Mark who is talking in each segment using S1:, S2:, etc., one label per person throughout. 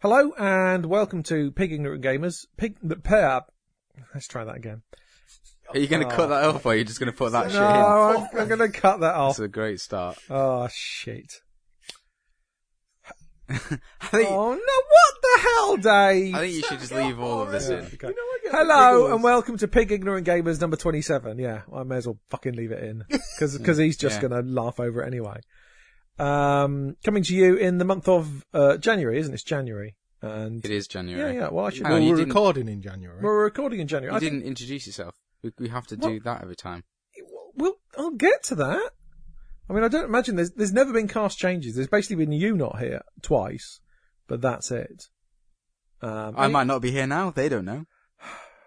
S1: Hello and welcome to Pig Ignorant Gamers. Pig the pair. Let's try that again.
S2: Are you going to cut that off, or are you just going to put that shit
S1: No,
S2: in?
S1: I'm, I'm going to cut that off.
S2: That's a great start.
S1: Oh shit!
S2: I think,
S1: Oh no! What the hell, Dave?
S2: I think you should just leave all of this in.
S1: Okay. Hello and welcome to Pig Ignorant Gamers number 27. Yeah, I may as well fucking leave it in because he's just
S2: Yeah.
S1: going to laugh over it anyway. Um, coming to you in the month of uh, January, isn't it? It's January. And
S2: It is January.
S1: yeah, yeah. Well, I should.
S2: Hang on,
S3: Well,
S2: you
S3: we're
S2: didn't-
S3: recording in January.
S1: We're recording in January.
S2: You
S1: I think
S2: didn't introduce yourself. We, we have to do that every time.
S1: Well, I'll get to that. I mean, I don't imagine there's there's never been cast changes. There's basically been you not here twice, but that's it. Um,
S2: I might not be here now. They don't know.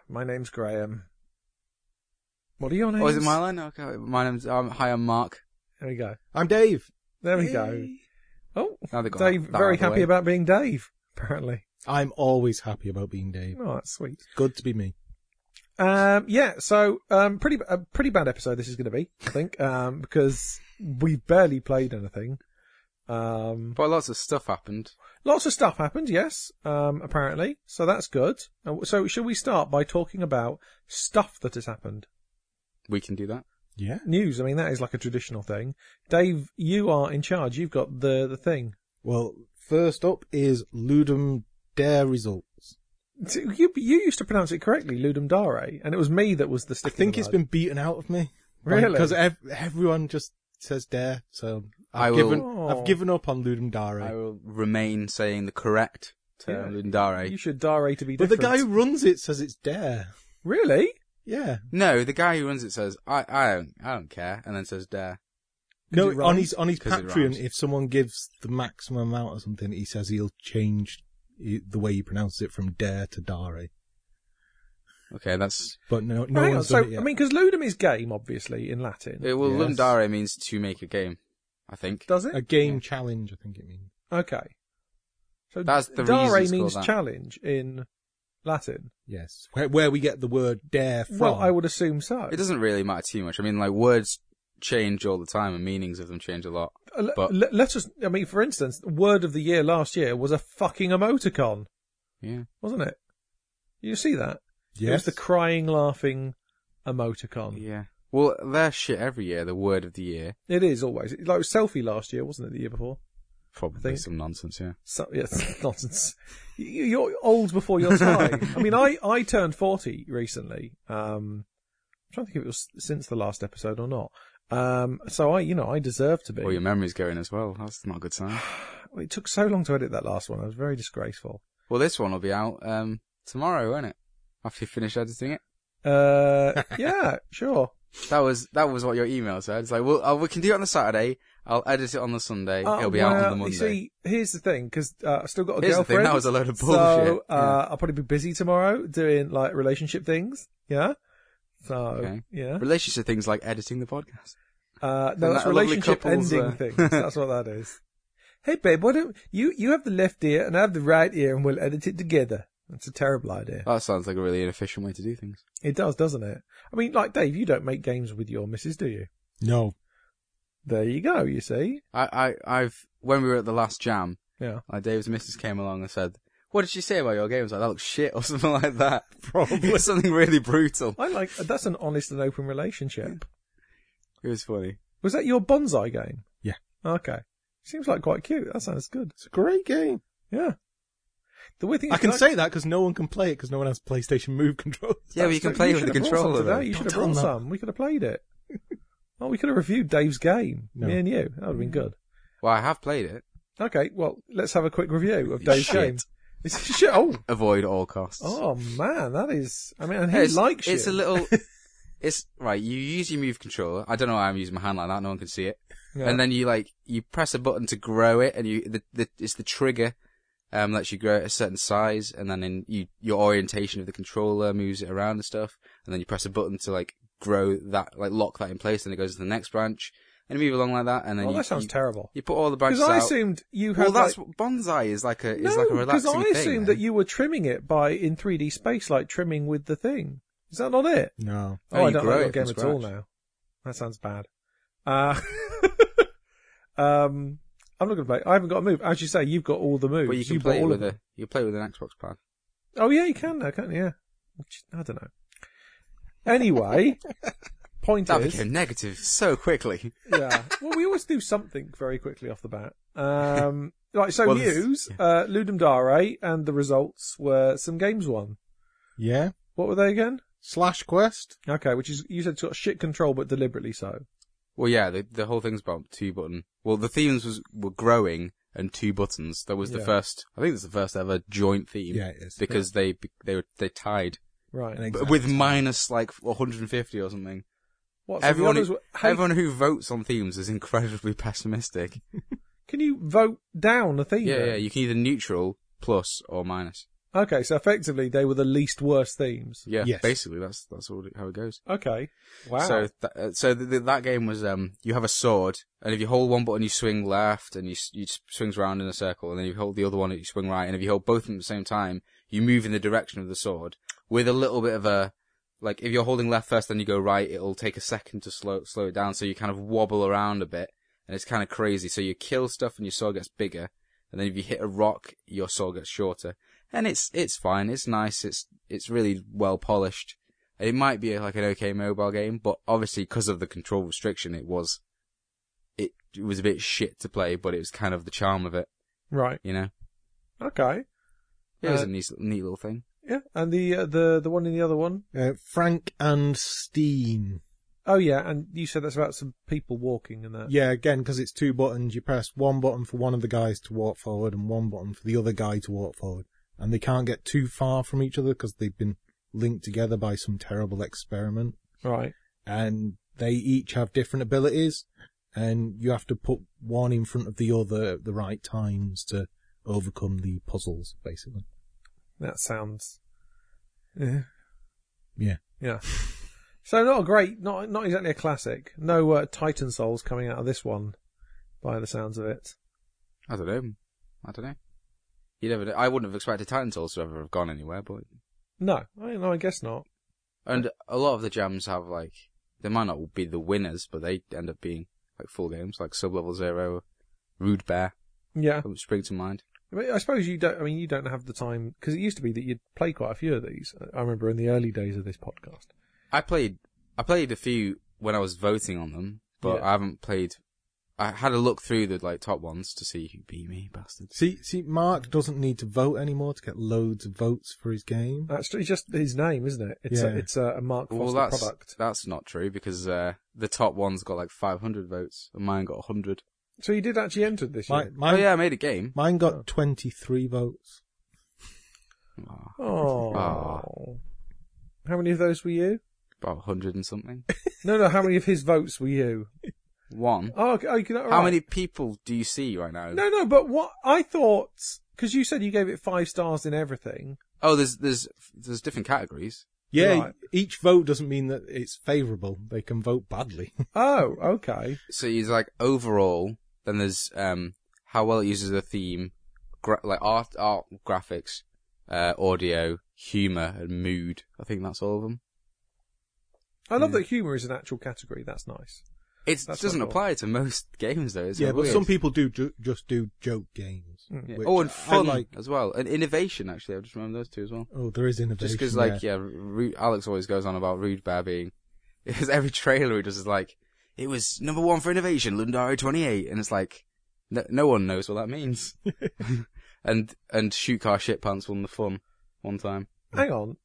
S1: My name's Graham. What are your names?
S2: Or Oh, is it my line? Okay, my name's um, hi. I'm Mark.
S1: There we go.
S3: I'm Dave.
S1: There we go. Oh,
S2: Now they got
S1: Dave,
S2: that- that
S1: very
S2: out of the
S1: happy
S2: way.
S1: about being Dave. Apparently,
S3: I'm always happy about being Dave.
S1: oh, that's sweet.
S3: Good to be me.
S1: Um, yeah, so um, pretty a pretty bad episode this is going to be, I think, um, because we barely played anything. Um,
S2: But lots of stuff happened.
S1: Lots of stuff happened, yes, um, apparently. So that's good. Uh, So shall we start by talking about stuff that has happened?
S2: We can do that.
S3: Yeah.
S1: News, I mean, that is like a traditional thing. Dave, you are in charge. You've got the, the thing.
S3: Well, first up is Ludum Dare results.
S1: So You, you used to pronounce it correctly, Ludum Dare, and it was me that was the
S3: I
S1: stick.
S3: think
S1: it's
S3: it's been beaten out of me.
S1: Really?
S3: Because everyone just says Dare, so
S2: I
S3: I've
S2: will-
S3: given
S1: Oh.
S3: I've given up on Ludum Dare.
S2: I will remain saying the correct term,
S1: Yeah.
S2: Lundare.
S1: You should Dare to be
S3: but
S1: different.
S3: the guy who runs it says it's Dare.
S1: Really?
S3: Yeah.
S2: No, the guy who runs it says I, I don't, I don't care, and then says dare.
S3: No,
S1: it
S3: on
S1: rhymes?
S3: his on his
S2: 'Cause it
S3: Patreon,
S2: rhymes.
S3: if someone gives the maximum amount or something, he says he'll change it- the way you pronounce it from Dare to Dare.
S2: Okay, that's
S3: But no, no
S1: Hang on,
S3: one's
S1: so,
S3: done it yet.
S1: I mean, because Ludum is game, obviously, in Latin.
S2: well.
S3: Yes.
S2: Lundare means to make a game. I think.
S1: Does
S3: a
S1: it?
S3: game challenge, I think it means.
S1: Okay. So
S2: That's the reason
S1: Dare
S2: it's
S1: means
S2: called that.
S1: challenge in Latin.
S3: Yes, where, where we get the word dare from.
S1: Well, I would assume so.
S2: It doesn't really matter too much. I mean, like words change all the time, and meanings of them change a lot.
S1: Uh, le-
S2: But-
S1: le- let us. I mean, for instance, word of the year last year was a fucking emoticon,
S2: Yeah.
S1: wasn't it? You see that? It was
S3: yes.
S1: the crying, laughing emoticon.
S2: Yeah. Well, they're shit every year. The word of the year,
S1: It is always It- like it was selfie last year, wasn't it? The year before.
S2: probably
S1: think-
S2: some nonsense. Yeah.
S1: So, yes, nonsense. You- You're old before your time. I mean, I, I turned 40 recently. Um, I'm trying to think if it was since the last episode or not. Um, so I, you know, I deserve to be.
S2: Well, your memory's going as well. That's not a good sign.
S1: It took so long to edit that last one. I was very disgraceful.
S2: Well, this one will be out um, tomorrow, won't it? After you finish editing it.
S1: Uh, yeah, sure.
S2: That was that was what your email said. It's like, well, uh, we can do it on the Saturday. I'll edit it on the Sunday.
S1: Oh,
S2: It'll be out on
S1: well,
S2: the Monday.
S1: You see, here's the thing, because uh, I still got a
S2: Here's the
S1: girlfriend.
S2: thing, that was a load of
S1: So
S2: bullshit.
S1: uh, I'll probably be busy tomorrow doing like relationship things. Yeah. So
S2: Okay.
S1: yeah.
S2: Relationship things like editing the podcast.
S1: Uh,
S2: that
S1: no, that's
S2: a lovely
S1: relationship
S2: couple's,
S1: ending
S2: uh,
S1: things. That's what that is. Hey babe, why don't you you have the left ear and I have the right ear and we'll edit it together? That's a terrible idea.
S2: That sounds like a really inefficient way to do things.
S1: It does, doesn't it? I mean, like Dave, you don't make games with your missus, do you?
S3: no.
S1: There you go. You see.
S2: I, I I've when we were at the last jam,
S1: Yeah.
S2: Uh, Dave's missus came along and said, "What did she say about your games? Like that looks shit or something like that. It
S3: Probably.
S2: was something really brutal.
S1: I like that's an honest and open relationship.
S2: It was funny.
S1: Was that your bonsai game?
S3: Yeah.
S1: Okay. Seems like quite cute. That sounds good.
S3: it's a great game.
S1: Yeah. The weird thing is
S3: I can
S1: that-
S3: say that because no one can play it because no one has PlayStation Move controllers.
S2: Yeah, well, you can
S1: That's-
S2: play with the
S1: should have brought some
S2: controller.
S1: today.
S2: though.
S1: You
S3: Don't
S1: should have
S3: tell
S1: brought
S3: them that.
S1: some. We could have played it. Oh, we could have reviewed Dave's game.
S3: No.
S1: Me and you. That would have been good.
S2: Well, I have played it.
S1: Okay. Well, let's have a quick review of Dave's
S2: Shit.
S1: game. It's shit. Oh,
S2: Avoid all costs.
S1: oh man, that is. I mean, and he
S2: it's,
S1: likes
S2: It's
S1: you.
S2: a little. It's right. You use your move controller. I don't know why I'm using my hand like that. No one can see it.
S1: Yeah.
S2: And then you like you press a button to grow it, and you the, the it's the trigger, um, lets you grow it a certain size, and then in you your orientation of the controller moves it around and stuff, and then you press a button to like grow that like lock that in place, and it goes to the next branch, and you move along like that, and then
S1: Oh,
S2: you,
S1: that sounds
S2: you,
S1: terrible.
S2: you put all the
S1: Because
S2: branches
S1: I
S2: out.
S1: assumed you
S2: well,
S1: had.
S2: that's
S1: like-
S2: what bonsai is like a is
S1: no,
S2: like a relaxing
S1: I
S2: thing. eh?
S1: assumed that
S2: then.
S1: you were trimming it by in 3D space, like trimming with the thing. Is that not it?
S3: No.
S2: No,
S1: oh, I
S2: you
S1: don't
S2: grow
S1: like that
S2: it
S1: game
S2: from
S1: at all
S2: scratch.
S1: now. That sounds bad. Uh, um, I'm not going to play. I haven't got a move. As you say, you've got all the moves.
S2: But you can
S1: You've got
S2: play it
S1: all
S2: with
S1: of
S2: a you play it with an Xbox pad.
S1: Oh yeah, you can now, can't you? Yeah. Which- I don't know. Anyway, point
S2: That
S1: is,
S2: became negative so quickly.
S1: yeah. Well, we always do something very quickly off the bat. Um, right. So
S2: Well, this-
S1: news: uh, Ludum Dare, and the results were some games won.
S3: Yeah.
S1: What were they again?
S3: Slash Quest.
S1: Okay, which is you said it's got shit control, but deliberately so.
S2: Well, yeah, the the whole thing's about two button. Well, the themes was were growing and two buttons. That was the
S1: Yeah.
S2: first. I think it's the first ever joint theme.
S3: Yeah, it is.
S2: because they they were they tied
S1: Right.
S3: And
S2: But with minus like 150 or something.
S1: What, so the
S2: Everyone,
S1: others
S2: who,
S1: were- hey,
S2: everyone who votes on themes is incredibly pessimistic.
S1: Can you vote down a theme?
S2: Yeah, yeah,
S1: then?
S2: you can either neutral, plus, or minus.
S1: Okay, so effectively they were the least worst themes.
S2: Yeah,
S3: Yes.
S2: basically that's that's all it- how it goes.
S1: Okay. Wow.
S2: So th- uh, so th- th- that game was um you have a sword and if you hold one button you swing left and you s- you s- swings round in a circle and then you hold the other one you swing right and if you hold both of them at the same time you move in the direction of the sword with a little bit of a like if you're holding left first then you go right it'll take a second to slow slow it down so you kind of wobble around a bit and it's kind of crazy so you kill stuff and your sword gets bigger and then if you hit a rock your sword gets shorter and it's it's fine it's nice it's it's really well polished it might be like an okay mobile game, but obviously because of the control restriction, it was it, it was a bit shit to play, but it was kind of the charm of it,
S1: right.
S2: you know.
S1: Okay.
S2: It was
S1: Uh,
S2: a neat, neat little thing.
S1: Yeah. And the uh, the the one in the other one.
S3: Uh, Frank and Steen.
S1: Oh yeah, and you said that's about some people walking and that.
S3: Yeah, again, because it's two buttons, you press one button for one of the guys to walk forward and one button for the other guy to walk forward. And they can't get too far from each other because they've been linked together by some terrible experiment.
S1: Right.
S3: And they each have different abilities, and you have to put one in front of the other at the right times to overcome the puzzles, basically.
S1: That sounds. Yeah.
S3: Yeah.
S1: Yeah. So not a great, not not exactly a classic. No uh, Titan Souls coming out of this one, by the sounds of it.
S2: I don't know. I don't know. You never. know. I wouldn't have expected Titan Souls to ever have gone anywhere, but
S1: No, I, no, I guess not.
S2: and a lot of the jams have like they might not be the winners, but they end up being like full games, like Sub Level Zero, Rude Bear,
S1: Yeah.
S2: spring to mind.
S1: I mean, I suppose you don't. I mean, you don't have the time because it used to be that you'd play quite a few of these. I remember in the early days of this podcast.
S2: I played I played a few when I was voting on them, but
S1: Yeah.
S2: I haven't played. I had a look through the like top ones to see who beat me, bastards.
S3: See, see, Mark doesn't need to vote anymore to get loads of votes for his game.
S1: That's it's just his name, isn't it? It's a,
S3: Yeah.
S1: it's a, a Mark Foster
S2: Well, that's
S1: product.
S2: that's not true because uh, the top one's got like 500 votes and mine got 100.
S1: So you did actually enter this
S3: My,
S1: year.
S2: Oh
S3: mine,
S2: yeah, I made a game.
S3: mine got 23 votes.
S2: Oh,
S1: Oh.
S2: Ah.
S1: How many of those were you?
S2: about 100 and something.
S1: No, no. How many of his votes were you?
S2: One.
S1: Oh, okay, oh, you can, all
S2: How
S1: right.
S2: many people do you see right now?
S1: No, no. But what I thought, because you said you gave it five stars in everything.
S2: Oh, there's there's there's different categories.
S3: Yeah,
S1: Right.
S3: each vote doesn't mean that it's favourable. They can vote badly.
S1: Oh, okay.
S2: So he's like overall. Then there's um how well it uses the theme, gra- like art, art, graphics, uh, audio, humor, and mood. I think that's all of them.
S1: I love that humour is an actual category. That's nice.
S2: It
S1: That's
S2: doesn't
S1: what I thought.
S2: apply to most games though. It's
S3: yeah, but
S2: weird.
S3: some people do ju- just do joke games.
S1: Mm.
S2: Yeah.
S3: which
S2: Oh, and
S3: I
S2: fun
S3: like.
S2: as well, and innovation. Actually, I just remember those two as well.
S3: Oh, there is innovation.
S2: Just because,
S3: there.
S2: like, yeah, Ru- Alex always goes on about Rude Bear being. Because every trailer he does is like, it was number one for innovation, Lundari 28. And it's like, no, no one knows what that means. and and Shoot Car Shit Pants won the fun one time.
S1: Hang on.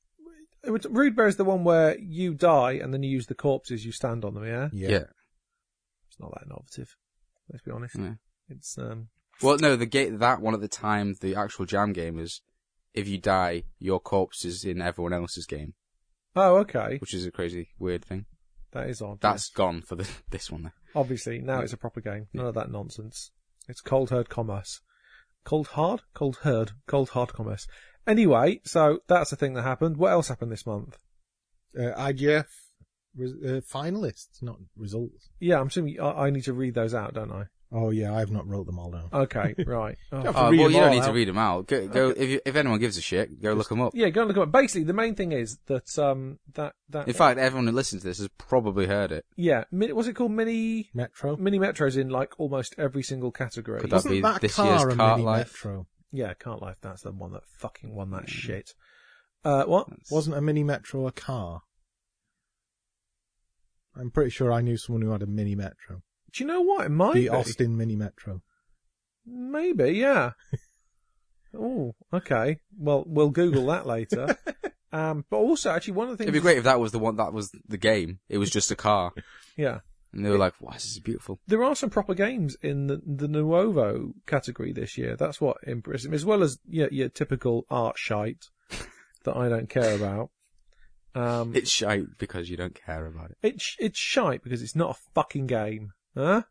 S1: It was- Rude Bear is the one where you die and then you use the corpses you stand on them. Yeah,
S3: yeah.
S1: it's not that innovative. Let's be honest.
S2: Yeah.
S1: It's um.
S2: Well, no, the ga- that one at the time, the actual jam game is if you die, your corpse is in everyone else's game,
S1: Oh, okay.
S2: which is a crazy, weird thing.
S1: That is odd.
S2: That's gone for the, this one. though.
S1: Obviously, now it's a proper game. None of that nonsense. It's cold hard commerce. Cold hard? Cold hard. Cold hard commerce. Anyway, so that's the thing that happened. What else happened this month?
S3: Uh, IGF res- uh, finalists, not results.
S1: Yeah, I'm assuming I, I need to read those out, don't I?
S3: Oh yeah, I've not wrote them all down.
S1: Okay, right. Oh.
S3: Yeah,
S2: Oh,
S3: read
S2: well,
S3: them
S2: you don't
S3: all
S2: need to
S3: out.
S2: read them out. Go, go if, you, if anyone gives a shit, go look 'em look them up.
S1: Yeah, go and look at Basically, the main thing is that um that that
S2: In fact, everyone who listens to this has probably heard it.
S1: yeah, mini, what's it called? Mini
S3: Metro.
S1: mini metros in like almost every single category.
S2: Could that
S3: Wasn't
S2: be
S3: that
S2: this
S3: car
S2: year's
S3: a
S2: Cart
S3: mini
S2: Life?
S3: Metro?
S1: Yeah, can't life. That's the one that fucking won
S2: Hmm.
S1: that shit. Uh, what?
S3: Wasn't a mini Metro a car? I'm pretty sure I knew someone who had a mini Metro.
S1: Do you know what? It might
S3: the
S1: be.
S3: Austin mini Metro.
S1: Maybe, yeah. oh, okay. Well, we'll Google that later. um, but also, actually, one of the things.
S2: It'd be great if that was the one that was the game. It was just a car,
S1: Yeah.
S2: and they were like, "Wow, this is beautiful."
S1: There are some proper games in the, the Nuovo category this year. That's what impressed me, as well as your, your typical art shite that I don't care about. Um,
S2: It's shite because you don't care about it.
S1: it's it's shite because it's not a fucking game, huh?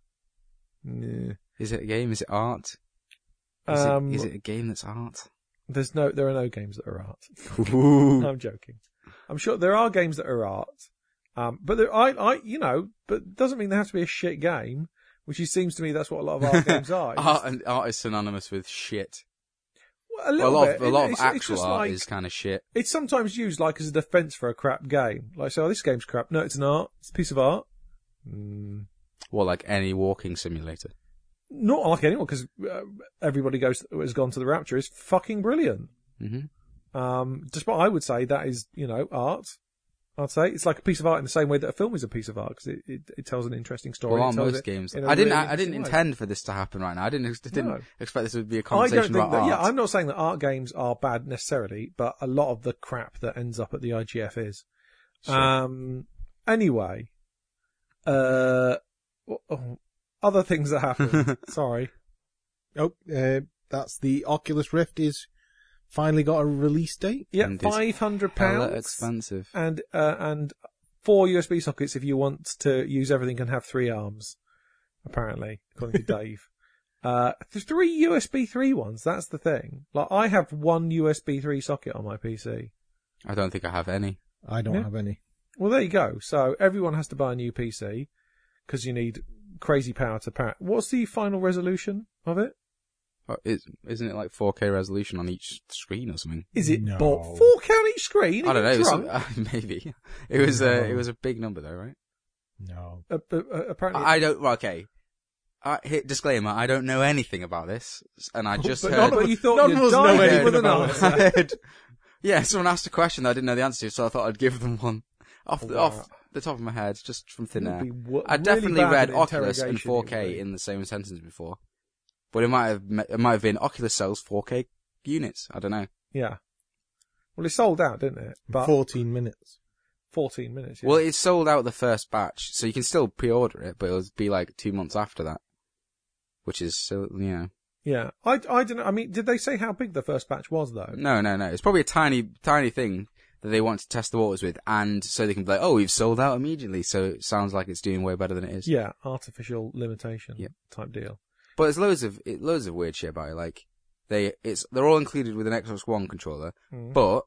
S1: Nah.
S2: Is it a game? Is it art? Is,
S1: Um,
S2: it, is it a game that's art?
S1: There's no, there are no games that are art.
S2: Ooh.
S1: I'm joking. I'm sure there are games that are art, um, but there, I, I, you know, but doesn't mean they have to be a shit game. Which it seems to me that's what a lot of art games are. It's
S2: Art and art is synonymous with shit.
S1: just- a,
S2: A
S1: little
S2: lot,
S1: bit.
S2: of, a lot
S1: It's-
S2: of
S1: it's
S2: actual
S1: just
S2: art
S1: like-
S2: is kind of shit.
S1: It's sometimes used like as a defense for a crap game. Like, so oh, this game's crap. No, it's an art. It's a piece of art. Mm.
S2: Well, like any walking simulator.
S1: Not like anyone because uh, everybody goes has gone to the Rapture is fucking brilliant.
S2: hmm
S1: Um, despite I would say that is you know art. I'd say it's like a piece of art in the same way that a film is a piece of art because it, it, it tells an interesting story.
S2: Well,
S1: It
S2: on
S1: tells
S2: most
S1: it
S2: games,
S1: in a
S2: I didn't.
S1: really
S2: I, I didn't
S1: interesting way.
S2: intend for this to happen right now. I didn't. ex- Didn't
S1: No.
S2: expect this would be a
S1: I don't
S2: conversation
S1: think
S2: about
S1: that.
S2: art.
S1: Yeah, I'm not saying that art games are bad necessarily, but a lot of the crap that ends up at the IGF is. Um. Anyway, uh, w- oh, other things that happen. Sorry.
S3: Oh, uh, that's the Oculus Rift is finally got a release date.
S1: Yeah,
S2: And it's
S1: five hundred
S2: Hella
S1: pounds
S2: expensive.
S1: and uh, and four USB sockets if you want to use everything and have three arms. Apparently, according to Dave. Uh, th- three USB 3 ones, that's the thing. Like, I have one USB 3 socket on my PC.
S2: I don't think I have any.
S3: I don't
S1: Yeah.
S3: have any.
S1: Well, there you go. So everyone has to buy a new PC because you need crazy power to power. What's the final resolution of it?
S2: Oh, Is, isn't it like 4K resolution on each screen or something?
S1: Is it
S3: No.
S1: bought four count each screen? Are
S2: I don't know.
S1: you
S2: it's
S1: drunk?
S2: some- maybe it was
S3: No.
S2: a it was a big number though, right?
S3: No.
S1: Uh, uh, uh, apparently,
S2: I, I don't. well, Okay. I, hit disclaimer: I don't know anything about this, and I just
S1: but,
S2: heard.
S1: not- but you thought
S3: None
S1: you
S3: of us
S1: died
S3: know anything
S1: with an
S3: about
S1: answer.
S2: I heard- yeah, someone asked a question that I didn't know the answer to, so I thought I'd give them one off the,
S1: Wow.
S2: off the top of my head, just from thin
S1: You'd
S2: air.
S1: be wo-
S2: I
S1: really
S2: definitely
S1: bad
S2: read
S1: at
S2: Oculus and
S1: interrogation, you
S2: 4K
S1: would.
S2: in the same sentence before, but it might have me- it might have been Oculus sells 4K units. I don't know.
S1: Yeah. Well, it sold out, didn't it? But
S3: 14 minutes.
S1: 14 minutes. Yeah.
S2: Well, it sold out the first batch, so you can still pre-order it, but it'll be like two months after that, which is so you know.
S1: yeah. I, I don't know. I mean, did they say how big the first batch was, though?
S2: No, no, no. It's probably a tiny, tiny thing that they want to test the waters with, and so they can be like, "Oh, we've sold out immediately." So it sounds like it's doing way better than it is.
S1: Yeah, artificial limitation
S2: Yep.
S1: type deal.
S2: But there's loads of it, loads of weird shit about it. Like they, it's they're all included with an Xbox One controller,
S1: Mm.
S2: but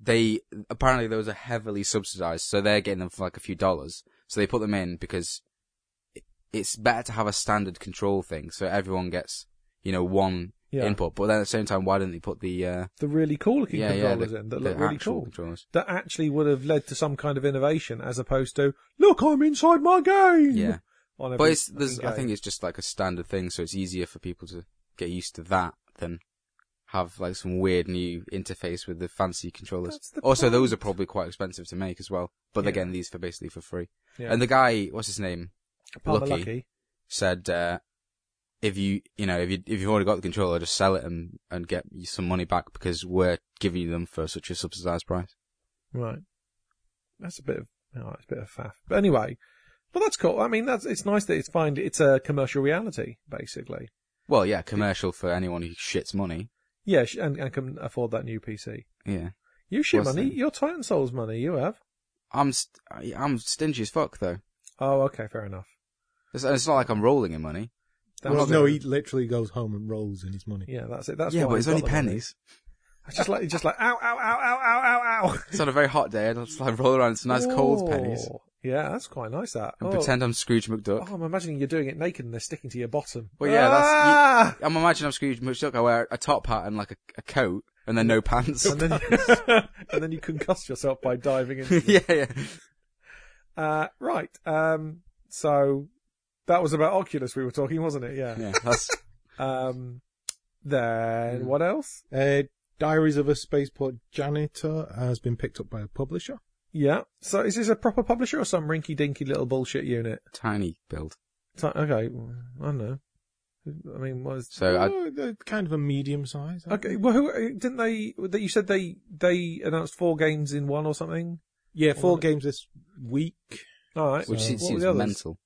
S2: they apparently those are heavily subsidized, so they're getting them for like a few dollars. So they put them in because it- it's better to have a standard control thing, so everyone gets you know one
S1: Yeah.
S2: input. But then at the same time, why didn't they put the uh,
S1: The really cool looking
S2: yeah, yeah,
S1: controllers
S2: the,
S1: in that
S2: the
S1: look really
S2: actual
S1: cool.
S2: controllers?
S1: That actually would have led to some kind of innovation as opposed to, look, I'm inside my game!
S2: Yeah.
S1: On every
S2: But it's, there's,
S1: fucking
S2: I think
S1: game.
S2: it's just like a standard thing, so it's easier for people to get used to that than have like some weird new interface with the fancy controllers.
S1: That's the
S2: also, those are
S1: point.
S2: probably quite expensive to make as well, but
S1: Yeah.
S2: they're getting these for basically for free.
S1: Yeah.
S2: And the guy, what's his name,
S1: Palmer
S2: Lucky. said, uh, if you, you know, if you if you've already got the controller, just sell it and and get you some money back because we're giving you them for such a subsidized price.
S1: Right. That's a bit of oh, it's a bit of faff. But anyway, well, that's cool. I mean, that's it's nice that it's find it's a commercial reality basically.
S2: Well, yeah, commercial for anyone who shits money.
S1: Yeah, sh- and, and can afford that new PC.
S2: Yeah,
S1: You shit
S2: What's
S1: money,
S2: that?
S1: your Titan Souls money you have.
S2: I'm st- I- I'm stingy as fuck though.
S1: Oh, okay, fair enough.
S2: It's, it's not like I'm rolling in money.
S1: That
S3: Well,
S1: was
S3: no,
S1: it.
S3: he literally goes home and rolls in his money.
S1: Yeah, that's it. That's
S2: yeah,
S1: why
S2: but
S1: he's
S2: it's
S1: got
S2: only
S1: the money.
S2: pennies.
S1: It's just like it's just like ow ow ow ow ow ow ow.
S2: It's on a very hot day, and I'll just like roll around in some nice cold
S1: Ooh.
S2: pennies
S1: Oh, Yeah, that's quite nice. That
S2: and
S1: oh.
S2: pretend I'm Scrooge McDuck.
S1: Oh, I'm imagining you're doing it naked and they're sticking to your bottom.
S2: Well, yeah, that's- you-
S1: ah!
S2: I'm imagining I'm Scrooge McDuck. I wear a top hat and like a, a coat, and then no pants.
S1: Ah! and then you, and then you concuss yourself by diving into
S2: yeah, yeah.
S1: Uh, right. Um, so that was about Oculus we were talking, wasn't it? Yeah.
S2: Yeah, that's
S1: Um, then
S2: Hmm.
S1: what else?
S3: Uh, Diaries of a Spaceport Janitor has been picked up by a publisher.
S1: Yeah. So is this a proper publisher or some rinky dinky little bullshit unit?
S2: tiny build.
S1: It's like, okay. I don't know. I mean, was,
S2: So I,
S3: Oh, they're kind of a medium size. aren't
S1: okay.
S3: they?
S1: Well, who, didn't they, that you said they, they announced four games in one or something?
S3: Yeah, four
S1: Well,
S3: games this week.
S1: All right. Uh,
S2: which
S3: So-
S2: seems,
S1: What were
S2: seems
S1: the others?
S2: mental.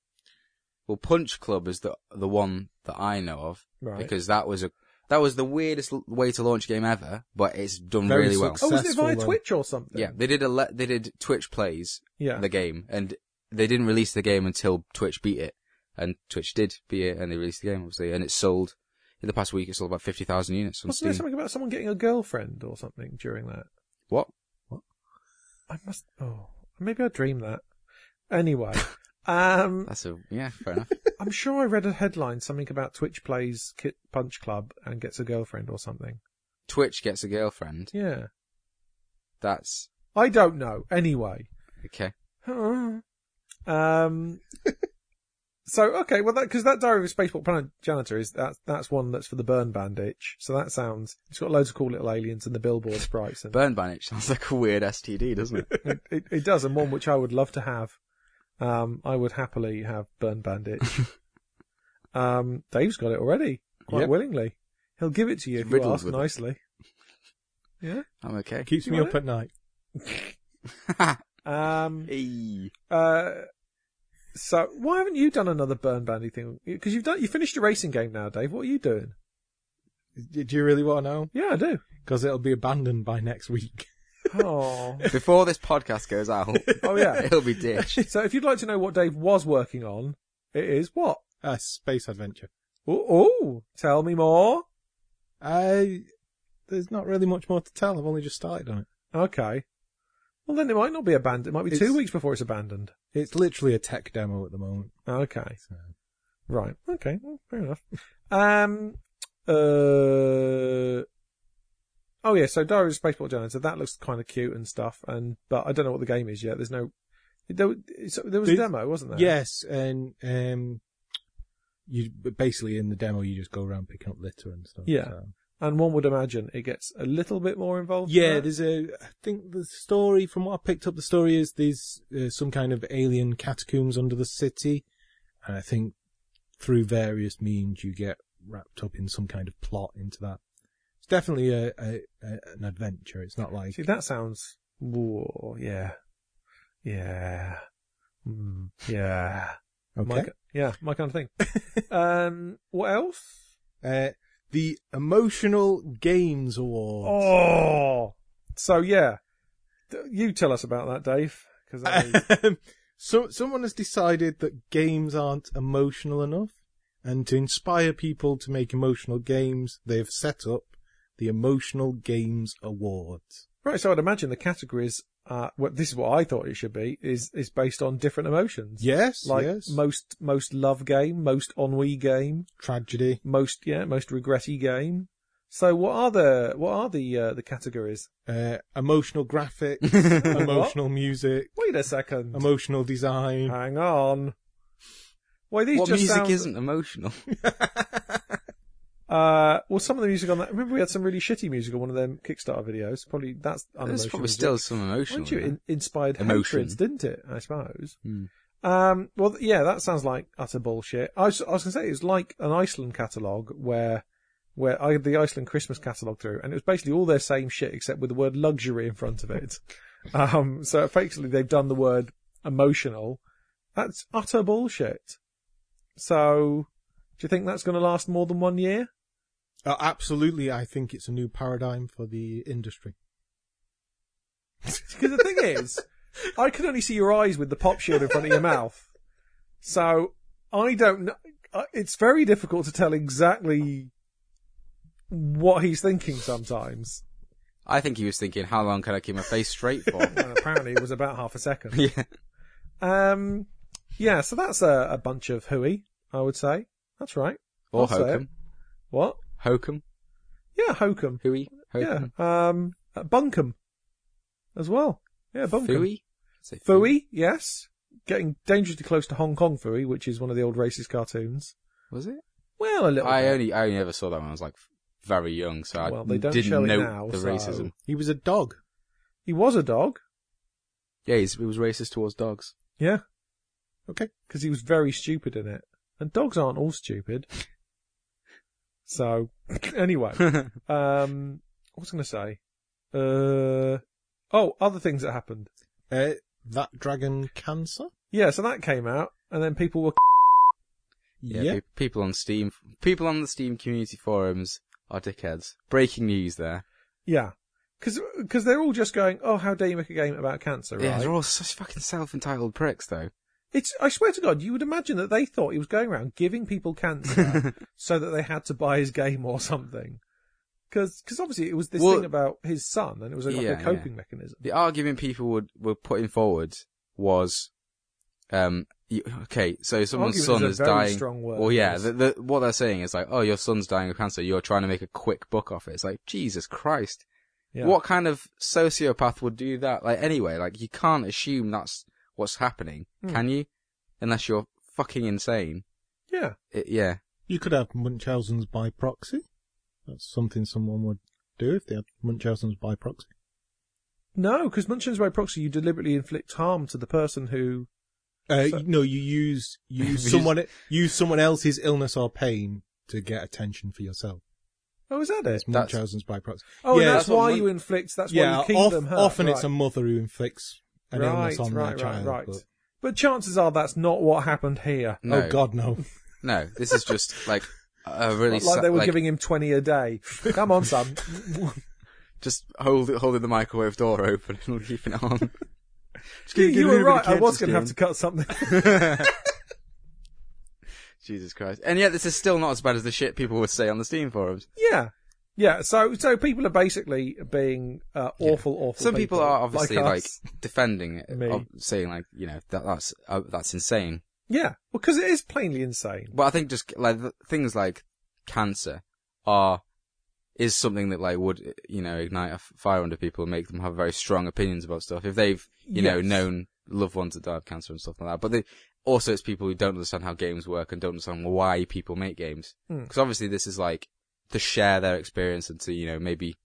S2: Well, Punch Club is the the one that I know of
S1: Right.
S2: because that was a that was the weirdest l- way to launch a game ever, but it's done
S3: Very
S2: really well.
S3: successful.
S1: oh, was it via
S3: one.
S1: Twitch or something?
S2: Yeah, they did a le- they did Twitch plays
S1: Yeah.
S2: the game, and they didn't release the game until Twitch beat it, and Twitch did beat it, and they released the game obviously, and it sold in the past week. It sold about fifty thousand units on
S1: Wasn't
S2: Steam.
S1: there something about someone getting a girlfriend or something during that?
S2: What?
S1: I must. Oh, maybe I dreamed that. Anyway, um,
S2: That's a yeah, fair enough.
S1: I'm sure I read a headline something about Twitch plays Kit Punch Club and gets a girlfriend or something.
S2: Twitch gets a girlfriend.
S1: Yeah,
S2: That's
S1: I don't know. Anyway,
S2: okay.
S1: um, so okay, well that because that Diary of a Spaceport Planet Janitor is that that's one that's for the Burn Bandage. So that sounds it's got loads of cool little aliens and the billboard sprites and
S2: Burn Banage sounds like a weird STD, doesn't it?
S1: it, it, it does, and one which I would love to have. Um, I would happily have Burn Bandit. um, Dave's got it already, quite
S3: Yep.
S1: willingly. He'll give it to you if you
S2: Riddled
S1: ask
S2: with it.
S1: nicely. Yeah.
S2: I'm okay.
S3: Keeps
S1: You
S3: me
S1: want
S3: up
S1: it?
S3: at night.
S1: Um.
S2: Hey.
S1: Uh. So why haven't you done another Burn Bandit thing? Because you've done you finished your racing game now, Dave. What are you doing?
S3: D- Do you really want to know?
S1: Yeah, I do.
S3: Because it'll be abandoned by next week.
S1: Oh.
S2: Before this podcast goes out,
S1: oh yeah.
S2: it'll be ditched.
S1: So if you'd like to know what Dave was working on, it is what?
S3: A space adventure.
S1: Oh, oh tell me more.
S3: I there's not really much more to tell. I've only just started on it.
S1: Okay. Well, then it might not be abandoned. It might be two
S3: It's-
S1: weeks before it's abandoned.
S3: It's literally a tech demo at the moment.
S1: Okay.
S3: So.
S1: Right. Okay. Well, fair enough. Um. Uh. Oh yeah. So Diary of a Spaceport Janitor. That looks kind of cute and stuff. And but I don't know what the game is yet. There's no. There, so there was a
S3: They-
S1: demo, wasn't there?
S3: Yes, and um, you basically in the demo you just go around picking up litter and stuff.
S1: Yeah.
S3: so.
S1: And one would imagine it gets a little bit more involved. than
S3: Yeah,
S1: that.
S3: there's a. I think the story, from what I picked up, the story is there's uh, some kind of alien catacombs under the city, and I think through various means you get wrapped up in some kind of plot into that. It's definitely a, a, a an adventure. It's not like
S1: See, that sounds. Whoa. Yeah. Yeah. Mm, yeah. My,
S3: okay.
S1: yeah. My kind of thing. um. What else?
S3: Uh, the emotional games awards.
S1: Oh, so yeah, D- you tell us about that, Dave, because
S3: Um, so someone has decided that games aren't emotional enough, and to inspire people to make emotional games, they've set up the Emotional Games Awards.
S1: right. So I'd imagine the categories. Uh, what this is what I thought it should be is is based on different emotions.
S3: Yes,
S1: like
S3: yes.
S1: most most love game, most ennui game,
S3: Tragedy.
S1: most yeah, most regretty game. So what are the what are the uh, the categories?
S3: Uh, emotional graphics.
S1: What?
S3: emotional music.
S1: Wait a second.
S3: Emotional design.
S1: Hang on. Why these
S2: what
S1: just
S2: music
S1: sound-
S2: isn't emotional?
S1: Uh, well, some of the music on that. Remember, we had some really shitty music on one of them Kickstarter videos. Probably that's
S2: There's
S1: unemotional
S2: probably
S1: music.
S2: still some emotional.
S1: Weren't you
S2: in
S1: in, inspired
S2: Emotion.
S1: hatreds, didn't it? I suppose.
S2: Hmm.
S1: Um, well, th- yeah, that sounds like utter bullshit. I was, I was going to say it's like an Iceland catalogue where, where I had the Iceland Christmas catalogue through, and it was basically all their same shit except with the word luxury in front of it. um, so effectively they've done the word emotional. That's utter bullshit. So, do you think that's going to last more than one year?
S3: Uh, absolutely, I think it's a new paradigm for the industry.
S1: Because the thing is, I can only see your eyes with the pop shield in front of your mouth. So I don't know. uh, It's very difficult to tell exactly what he's thinking sometimes.
S2: I think he was thinking, how long can I keep my face straight for?
S1: And apparently, it was about half a second.
S2: yeah.
S1: Um, yeah, so that's a, a bunch of hooey, I would say. That's right.
S2: Or
S1: I'll say it.
S2: hokum.
S1: What?
S2: Hokum.
S1: Yeah, hokum.
S2: Hooey.
S1: Yeah.
S2: Hokum.
S1: Um, uh, bunkum as well. Yeah, bunkum.
S2: Fooey. Say
S1: Fooey, yes. Getting dangerously close to Hong Kong Fooey, which is one of the old racist cartoons.
S2: Was it?
S1: Well, a little
S2: I uh,
S1: bit.
S2: only I only ever saw that when I was like very young, so I
S1: Well, they don't show
S2: didn't
S1: it
S2: know
S1: now,
S2: the
S1: so-
S2: racism.
S3: He was a dog.
S1: He was a dog.
S2: Yeah, he's, he was racist towards dogs.
S1: Yeah.
S3: Okay.
S1: Because he was very stupid in it. And dogs aren't all stupid. so, anyway. Um, what was I going to say? Uh, oh, other things that happened.
S3: Uh, that dragon cancer?
S1: Yeah, so that came out, and then people were
S2: Yeah, pe- people on Steam, people on the Steam community forums are dickheads. Breaking news there.
S1: yeah, because they're all just going, oh, how dare you make a game about cancer? Right?
S2: Yeah, they're all such fucking self-entitled pricks, though.
S1: It's I swear to God, you would imagine that they thought he was going around giving people cancer so that they had to buy his game or something. Because obviously it was this
S2: Well-
S1: thing about his son, and it was like
S2: Yeah,
S1: a
S2: yeah.
S1: coping mechanism.
S2: The argument people would, were putting forward was, um, you, okay, so someone's
S1: Argument
S2: son
S1: is
S2: is
S1: a very
S2: dying.
S1: strong word,
S2: well, yeah,
S1: yes.
S2: the, the, what they're saying is like, oh, your son's dying of cancer. You're trying to make a quick buck off it. It's like Jesus Christ.
S1: Yeah.
S2: What kind of sociopath would do that? Like, anyway, like, you can't assume that's what's happening,
S1: Hmm.
S2: can you? Unless you're fucking insane.
S1: Yeah,
S2: It, yeah.
S3: You could have Munchausen's by proxy. That's something someone would do if they had Munchausen's by proxy.
S1: no, because Munchausen's by proxy, you deliberately inflict harm to the person who.
S3: Uh,
S1: So-
S3: no, you use you use
S2: Use-
S3: someone use someone else's illness or pain to get attention for yourself.
S1: Oh, is that it?
S3: It's Munchausen's by proxy.
S1: Oh, and
S3: Yeah,
S1: that's,
S2: that's what
S1: why
S2: Mun-
S1: you inflict. That's
S3: yeah,
S1: why you keep
S3: of-
S1: them hurt.
S3: often
S1: right.
S3: it's a mother who inflicts an illness on their child. but-
S1: But chances are that's not what happened here.
S2: No.
S3: Oh God, no!
S2: No, this is just like a really
S1: Not like they
S2: sa-
S1: were giving him twenty a day. Come on, son.
S2: just hold holding the microwave door open and leaving it on. Just
S1: you
S2: gonna give
S1: you
S2: a
S1: were
S2: little bit of
S1: right. I was
S2: cancer
S1: going to have to
S2: skin.
S1: cut something.
S2: Jesus Christ! And yet, this is still not as bad as the shit people would say on the Steam forums.
S1: yeah, yeah. So, so people are basically being uh, awful, awful.
S2: Some people are obviously like,
S1: us.
S2: defending it,
S1: Me.
S2: ob- saying like, you know, that that's uh, that's insane.
S1: yeah, because it is plainly insane.
S2: But I think just like th- things like cancer are is something that like would you know ignite a f- fire under people and make them have very strong opinions about stuff if they've you know
S1: Yes.
S2: known loved ones that died of cancer and stuff like that. But they, also, it's people who don't understand how games work and don't understand why people make games.
S1: Hmm.
S2: Because obviously, this is like to share their experience and to you know maybe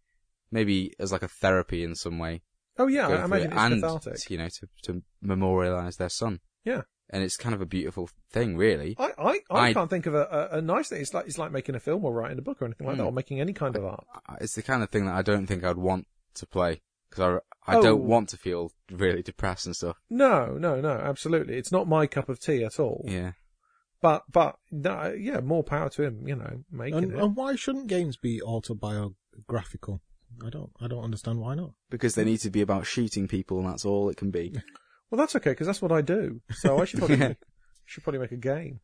S2: maybe as like a therapy in some way.
S1: Oh yeah,
S2: go
S1: I
S2: through
S1: imagine
S2: it
S1: it's
S2: and
S1: cathartic.
S2: to, you know to to memorialize their son.
S1: Yeah.
S2: and it's kind of a beautiful thing, really.
S1: I, I, I,
S2: I-
S1: can't think of a, a, a nice thing. It's like it's like making a film or writing a book or anything like
S2: Hmm.
S1: that, or making any kind of art.
S2: I- it's the kind of thing that I don't think I'd want to play because I, I
S1: Oh.
S2: don't want to feel really depressed and stuff.
S1: No, no, no, absolutely. It's not my cup of tea at all.
S2: Yeah,
S1: But but no, yeah, more power to him. You know, making
S3: And,
S1: it.
S3: and why shouldn't games be autobiographical? I don't I don't understand why not.
S2: because they need to be about shooting people, and that's all it can be.
S1: Well, that's okay because that's what I do. So I should probably
S2: Yeah.
S1: make, should probably make a game.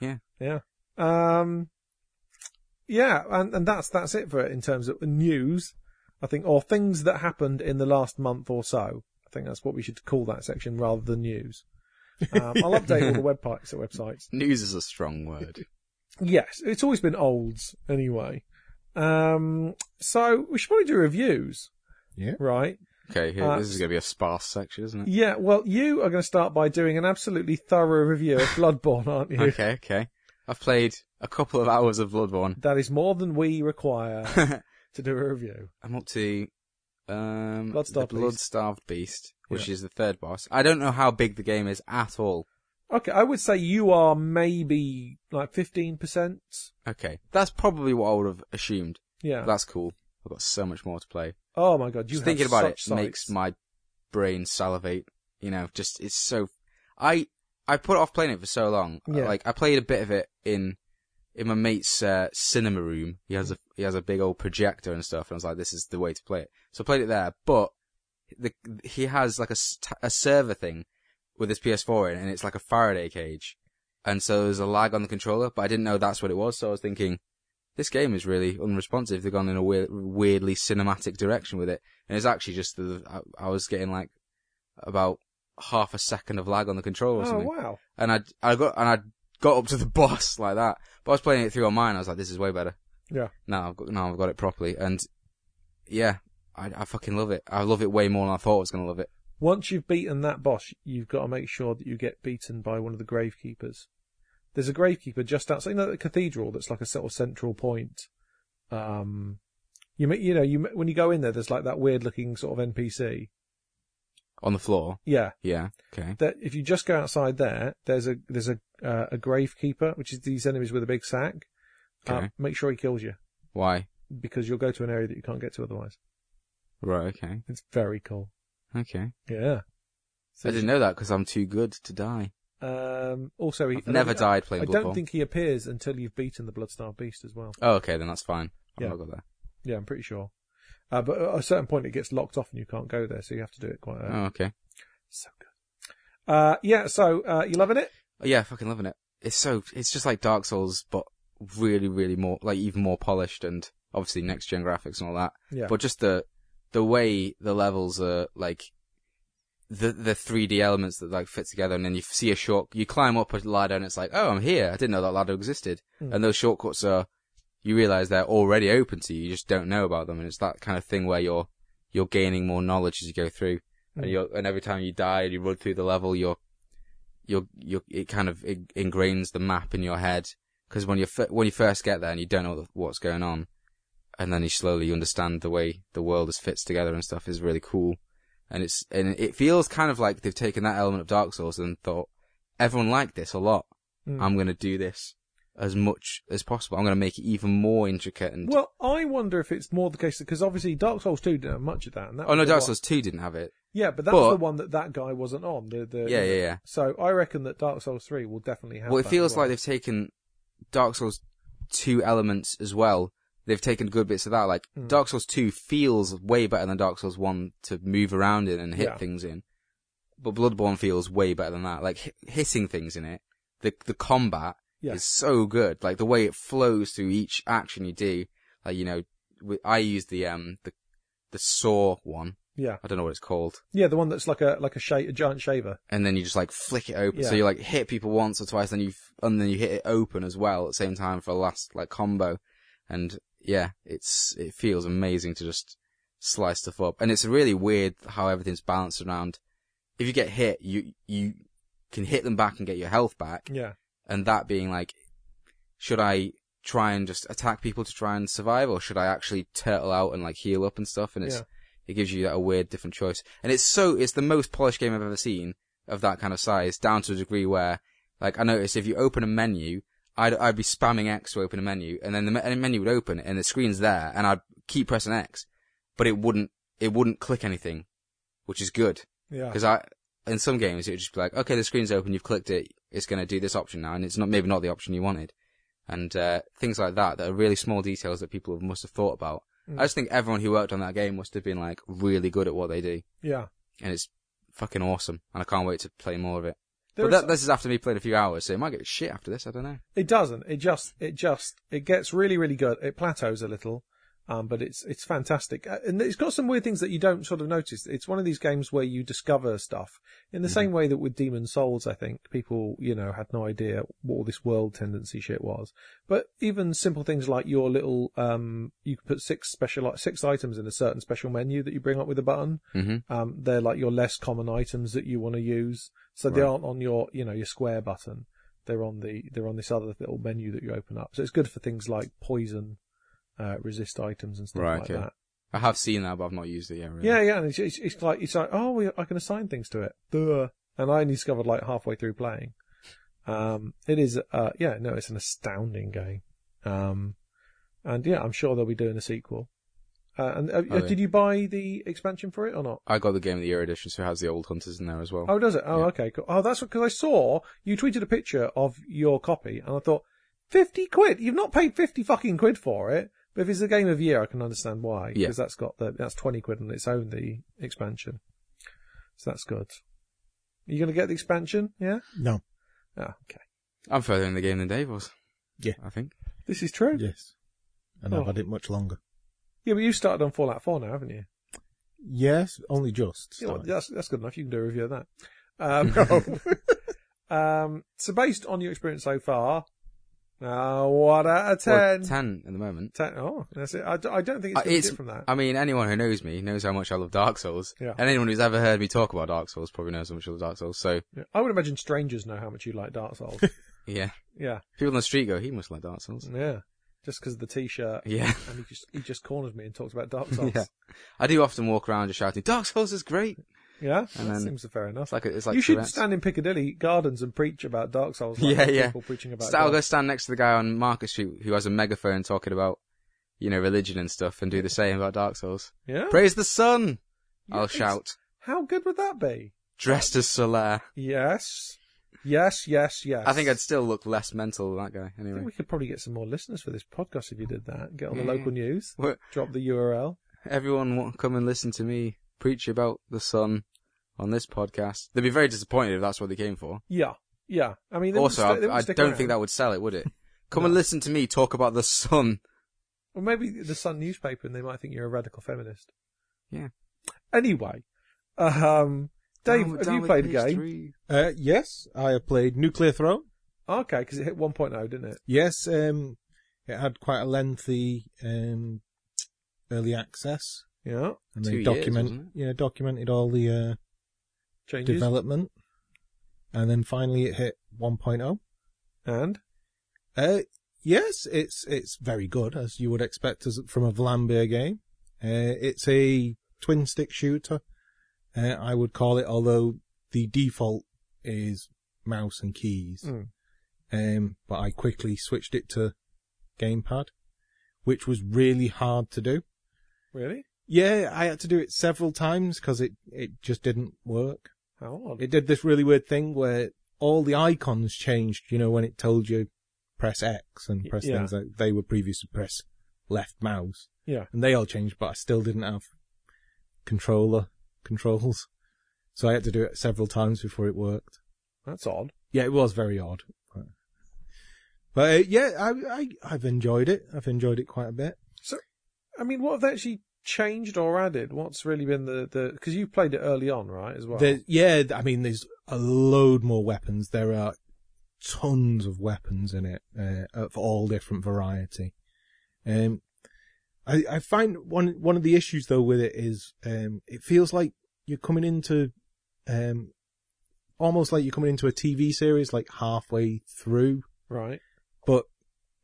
S2: Yeah.
S1: Yeah. Um. Yeah, and and that's that's it for it in terms of news, I think, or things that happened in the last month or so. I think that's what we should call that section rather than news. Um, I'll update all the web parts at websites.
S2: News is a strong word.
S1: Yes, it's always been olds anyway. Um, so we should probably do reviews,
S3: Yeah.
S1: right?
S2: Okay, here,
S1: Uh,
S2: this is going to be a sparse section, isn't it?
S1: Yeah, well, you are going to start by doing an absolutely thorough review of Bloodborne, aren't you?
S2: Okay, okay. I've played a couple of hours of Bloodborne.
S1: That is more than we require
S2: I'm
S1: to do a review.
S2: up to um,
S1: Bloodstarved
S2: the
S1: Beast.
S2: Bloodstarved Beast, which is the third boss. I don't know how big the game is at all.
S1: Okay, I would say you are maybe like 15%.
S2: Okay, that's probably what I would have assumed.
S1: Yeah.
S2: That's cool. I've got so much more to play.
S1: oh my god, you
S2: just
S1: have
S2: thinking about it
S1: such sights.
S2: makes my brain salivate. You know, just it's so. I I put off playing it for so long.
S1: Yeah.
S2: Like I played a bit of it in in my mate's uh, cinema room. He has a he has a big old projector and stuff, and I was like, this is the way to play it. So I played it there, but the he has like a s- t- a server thing with his PS4 in, and it's like a Faraday cage, and so there's a lag on the controller. But I didn't know that's what it was, so I was thinking this game is really unresponsive. They've gone in a weir- weirdly cinematic direction with it, and it's actually just the I, I was getting like about half a second of lag on the controller
S1: Oh
S2: or something,
S1: wow!
S2: and I I got and I got up to the boss like that. But I was playing it through on mine. I was like, this is way better.
S1: Yeah.
S2: Now I've got now I've got it properly, and yeah, I I fucking love it. I love it way more than I thought I was gonna love it.
S1: Once you've beaten that boss, you've got to make sure that you get beaten by one of the gravekeepers. There's a gravekeeper just outside you know, the cathedral that's like a sort of central point. Um, you ma- you know you ma- when you go in there, there's like that weird looking sort of NPC.
S2: On the floor.
S1: Yeah,
S2: Yeah. Okay.
S1: that if you just go outside there, there's a there's a uh, a gravekeeper, which is these enemies with a big sack. Uh,
S2: Okay.
S1: make sure he kills you
S2: Why?
S1: because you'll go to an area that you can't get to otherwise.
S2: Right. Okay.
S1: It's very cool.
S2: Okay.
S1: Yeah. So
S2: I didn't know that because I'm too good to die.
S1: Um, also, he,
S2: I've never
S1: I-
S2: died playing
S1: I
S2: Bloodborne.
S1: don't think he appears until you've beaten the Bloodstarved Beast as well.
S2: Oh, okay, then that's fine. I've
S1: Yeah.
S2: not got that.
S1: Yeah, I'm pretty sure. Uh, but at a certain point, it gets locked off and you can't go there, so you have to do it quite early.
S2: Oh, okay.
S1: So good. Uh, yeah. So uh, you loving it?
S2: Oh, yeah, fucking loving it. It's so, it's just like Dark Souls, but really, really more, like even more polished and obviously next gen graphics and all that.
S1: Yeah.
S2: But just the, the way the levels are like, the the 3D elements that like fit together, and then you see a short, you climb up a ladder, and it's like, oh, I'm here. I didn't know that ladder existed.
S1: Mm.
S2: And those shortcuts are, you realize they're already open to you. You just don't know about them, and it's that kind of thing where you're you're gaining more knowledge as you go through, and
S1: Mm.
S2: you and every time you die and you run through the level, you're you're you it kind of in- ingrains the map in your head because when you fir- when you first get there and you don't know what's going on, and then you slowly understand the way the world is fits together and stuff is really cool and it's and it feels kind of like they've taken that element of Dark Souls and thought everyone liked this a lot.
S1: Mm.
S2: I'm going to do this as much as possible. I'm going to make it even more intricate and.
S1: Well, I wonder if it's more the case because obviously Dark Souls 2 didn't have much of that. And that
S2: oh
S1: was
S2: no,
S1: the
S2: Dark
S1: one-
S2: Souls Two didn't have it.
S1: Yeah, but that's
S2: but-
S1: the one that that guy wasn't on. The, the
S2: Yeah, yeah, yeah.
S1: So I reckon that Dark Souls 3 will definitely have.
S2: Well, it
S1: that as
S2: feels
S1: well.
S2: like they've taken Dark Souls Two elements as well. They've taken good bits of that. Like
S1: Mm.
S2: Dark Souls Two feels way better than Dark Souls One to move around in and hit
S1: Yeah.
S2: things in, but Bloodborne feels way better than that. Like hi hitting things in it, the the combat
S1: Yeah.
S2: is so good. Like the way it flows through each action you do. Like you know, wi- I use the um the the saw one.
S1: Yeah,
S2: I don't know what it's called.
S1: yeah, the one that's like a like a, sha- a giant shaver.
S2: And then you just like flick it open. So
S1: Yeah.
S2: you like hit people once or twice, then you f- and then you hit it open as well at the same time for a last like combo. And yeah, it's it feels amazing to just slice stuff up. And it's really weird how everything's balanced around. If you get hit, you you can hit them back and get your health back
S1: Yeah,
S2: and that being like, should I try and just attack people to try and survive, or should I actually turtle out and like heal up and stuff? And it's
S1: Yeah.
S2: it gives you that a weird different choice. And it's so it's the most polished game I've ever seen of that kind of size, down to a degree where like I noticed if you open a menu, I'd I'd be spamming X to open a menu, and then the me- menu would open and the screen's there, and I'd keep pressing X, but it wouldn't it wouldn't click anything, which is good.
S1: yeah,
S2: Because I, in some games, it would just be like, okay, the screen's open, you've clicked it, it's going to do this option now, and it's not maybe not the option you wanted, and uh, things like that that are really small details that people must have thought about.
S1: Hmm.
S2: I just think everyone who worked on that game must have been like really good at what they do,
S1: yeah.
S2: and it's fucking awesome, and I can't wait to play more of it.
S1: There
S2: but
S1: are
S2: that,
S1: some-
S2: this is after me playing a few hours, so it might get shit after this. I don't know.
S1: It doesn't. It just it just it gets really really good. It plateaus a little, um, but it's it's fantastic, Uh, and it's got some weird things that you don't sort of notice. It's one of these games where you discover stuff in
S2: Mm-hmm.
S1: the same way that with Demon Souls, I think people you know had no idea what all this world tendency shit was. But even simple things like your little um, you can put six special six items in a certain special menu that you bring up with a button.
S2: Mm-hmm.
S1: Um, they're like your less common items that you want to use. So they
S2: Right.
S1: aren't on your, you know, your square button. They're on the, they're on this other little menu that you open up. So it's good for things like poison, uh, resist items and stuff
S2: Right,
S1: like
S2: okay.
S1: that.
S2: I have seen that, but I've not used it yet. Really.
S1: Yeah, yeah. And it's, it's, it's like, it's like, oh, we, I can assign things to it. Duh. And I only discovered like halfway through playing. Um, it is, uh, yeah, no, it's an astounding game. Um, and yeah, I'm sure they'll be doing a sequel. Uh, and uh,
S2: Oh, yeah.
S1: did you buy the expansion for it or not?
S2: I got the Game of the Year edition, so it has the old hunters in there as well.
S1: Oh, does it? Oh,
S2: Yeah.
S1: okay, cool. Oh, that's because I saw you tweeted a picture of your copy, and I thought fifty quid. You've not paid fifty fucking quid for it. But if it's a game of year, I can understand why.
S2: Yeah.
S1: Because that's got the that's twenty quid on its own the expansion. So that's good. Are you going to get the expansion? Yeah.
S3: No.
S1: Ah, okay.
S2: I'm further in the game than Dave was.
S3: Yeah.
S2: I think.
S1: This is true.
S3: Yes. and
S1: Oh.
S3: I've had it much longer.
S1: Yeah, but you started on Fallout 4 now, haven't you?
S3: Yes, only just.
S1: Yeah, well,
S3: started.
S1: that's that's good enough. You can do a review of that. Um, um, so based on your experience so far, uh, what out of
S2: Well,
S1: ten?
S2: 10 at the moment.
S1: Ten- Oh, that's it. I, d- I don't think
S2: Uh,
S1: it's going to from that.
S2: I mean, anyone who knows me knows how much I love Dark Souls.
S1: Yeah.
S2: And anyone who's ever heard me talk about Dark Souls probably knows how much I love Dark Souls. So,
S1: Yeah. I would imagine strangers know how much you like Dark Souls.
S2: yeah.
S1: yeah,
S2: People on the street go, he must like Dark Souls.
S1: yeah. Just because of the T-shirt,
S2: Yeah.
S1: and he just he just cornered me and talked about Dark Souls.
S2: yeah. I do often walk around just shouting, Dark Souls is great.
S1: Yeah?
S2: And
S1: that
S2: then-
S1: seems fair enough.
S2: It's like, it's like,
S1: you should
S2: Tourette's.
S1: stand in Piccadilly Gardens and preach about Dark Souls. Like
S2: Yeah,
S1: the
S2: yeah.
S1: People preaching about.
S2: St- I'll go
S1: God.
S2: stand next to the guy on Market Street who has a megaphone talking about, you know, religion and stuff and do the same about Dark Souls.
S1: Yeah.
S2: Praise the sun!
S1: Yeah,
S2: I'll
S1: it's-
S2: shout,
S1: How good would that be?
S2: dressed as Solaire.
S1: Yes. Yes, yes, yes.
S2: I think I'd still look less mental than that guy,
S1: I
S2: anyway.
S1: think we could probably get some more listeners for this podcast if you did that. Get on the
S2: Yeah.
S1: local news,
S2: Well,
S1: drop the URL.
S2: Everyone will come and listen to me preach about the sun on this podcast. They'd be very disappointed if that's what they came for.
S1: Yeah, yeah. I mean, they
S2: Also,
S1: wouldn't sti- they
S2: I, I
S1: wouldn't stick
S2: don't think that
S1: around.
S2: would sell it, would it? Come and listen to me talk about the sun.
S1: Or maybe the Sun newspaper, and they might think you're a radical feminist.
S2: Yeah.
S1: Anyway, um, Dave, have
S2: Downward-
S1: you
S2: downward
S1: played a
S2: page
S1: game?
S2: three.
S3: Uh, yes, I have played Nuclear Throne.
S1: Okay, because it hit 1.0, didn't it?
S3: Yes, um, it had quite a lengthy um, early access,
S1: Yeah.
S3: and
S2: Two
S3: they
S2: years,
S3: document
S2: wasn't
S3: yeah documented all the uh,
S1: Changes
S3: development, and then finally it hit oh. 1.0.
S1: and
S3: Uh, yes, it's it's very good as you would expect as from a Vlambeer game. Uh, it's a twin stick shooter. Uh, I would call it, although the default is mouse and keys.
S1: Mm.
S3: Um, but I quickly switched it to gamepad, which was really hard to do.
S1: really
S3: Yeah, I had to do it several times because it, it just didn't work.
S1: how odd.
S3: It did this really weird thing where all the icons changed, you know, when it told you press X and
S1: Y-
S3: press
S1: yeah.
S3: things that they were previously press left mouse.
S1: yeah.
S3: And they all changed, but I still didn't have controller controls. So I had to do it several times before it worked.
S1: That's odd.
S3: Yeah, it was very odd. But, but uh, yeah, I, I, I've enjoyed it. I've enjoyed it quite a bit.
S1: So, I mean, what have they actually changed or added? What's really been the the because you played it early on, right? As well.
S3: There's, yeah, I mean, there's a load more weapons. There are tons of weapons in it uh, of all different variety. Um, I, I find one one of the issues though with it is um, it feels like you're coming into um, almost like you're coming into a TV series like halfway through,
S1: right.
S3: but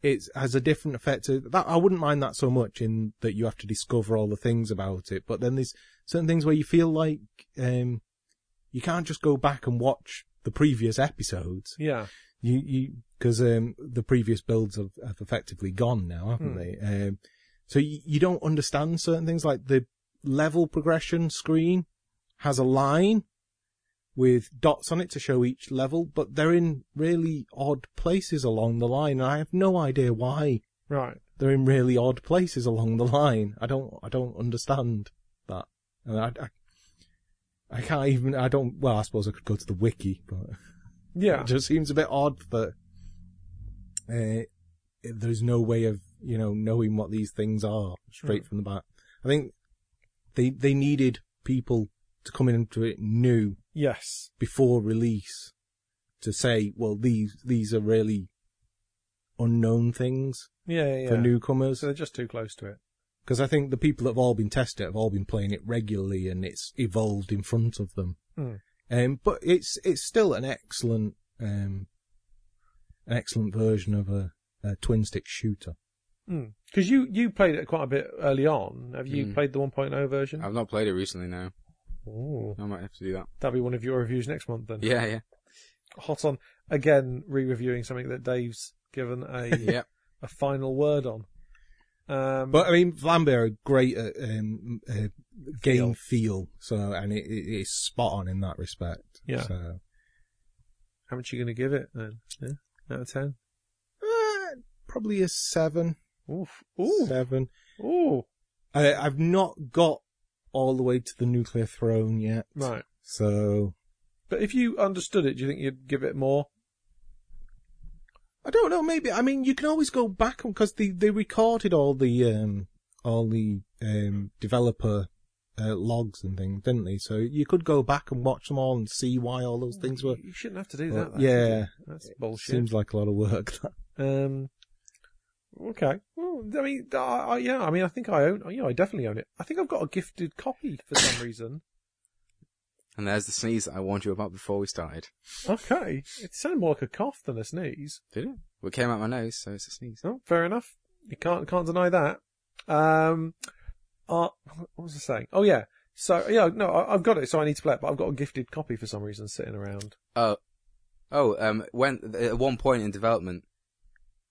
S3: it has a different effect. To, that I wouldn't mind that so much in that you have to discover all the things about it, but then there's certain things where you feel like um, you can't just go back and watch the previous episodes.
S1: Yeah.
S3: You you because um, the previous builds have, have effectively gone now, haven't
S1: Hmm.
S3: they? Um, so you, you don't understand certain things like the level progression screen has a line with dots on it to show each level, but they're in really odd places along the line, and I have no idea why
S1: Right.
S3: they're in really odd places along the line. I don't, I don't understand that. And I, I, I can't even, I don't, well, I suppose I could go to the wiki, but
S1: Yeah.
S3: it just seems a bit odd that, uh, there's no way of, you know, knowing what these things are straight
S1: Mm.
S3: from the bat. I think they, they needed people to come into it new
S1: Yes.
S3: before release to say, well, these, these are really unknown things
S1: Yeah. Yeah. yeah.
S3: for newcomers.
S1: So they're just too close to it.
S3: Because I think the people that have all been tested have all been playing it regularly, and it's evolved in front of them.
S1: Hmm.
S3: Um, but it's it's still an excellent um, an excellent version of a, a twin stick shooter.
S1: Because Hmm. you you played it quite a bit early on. Have you
S3: Hmm.
S2: Mm.
S1: played the 1.0 version?
S2: I've not played it recently now.
S1: Ooh.
S2: I might have to do that.
S1: That'll be one of your reviews next month then.
S2: Yeah, yeah.
S1: Hot on again, re-reviewing something that Dave's given a
S2: Yeah.
S1: a final word on. Um,
S3: But I mean, Flambeer are great at um, uh, game
S1: Feel.
S3: feel. so and it, it, it's spot on in that respect.
S1: Yeah.
S3: So
S1: how much are you going to give it then? Yeah? Out of ten.
S3: uh, probably a seven,
S1: Oof. Ooh.
S3: seven.
S1: Ooh.
S3: I, I've not got all the way to the nuclear throne yet,
S1: Right.
S3: so
S1: But if you understood it, do you think you'd give it more?
S3: I don't know. Maybe I mean you can always go back because they they recorded all the um all the um developer uh, logs and things, didn't they? So you could go back and watch them all and see why all those things were.
S1: You shouldn't have to do
S3: Well,
S1: that. though,
S3: yeah.
S1: should you? that's bullshit.
S3: Seems like a lot of work. That.
S1: Um, okay. Well, I mean, I, I, yeah. I mean, I think I own. Yeah, I definitely own it. I think I've got a gifted copy for some reason.
S2: And there's the sneeze that I warned you about before we started.
S1: Okay, it sounded more like a cough than a sneeze.
S2: Did it? Well, it came out my nose, so it's a sneeze.
S1: Oh, fair enough. You can't can't deny that. Um, uh, what was I saying? Oh yeah. So yeah, no, I, I've got it. So I need to play it, but I've got a gifted copy for some reason sitting around.
S2: Oh, oh, um, when at one point in development,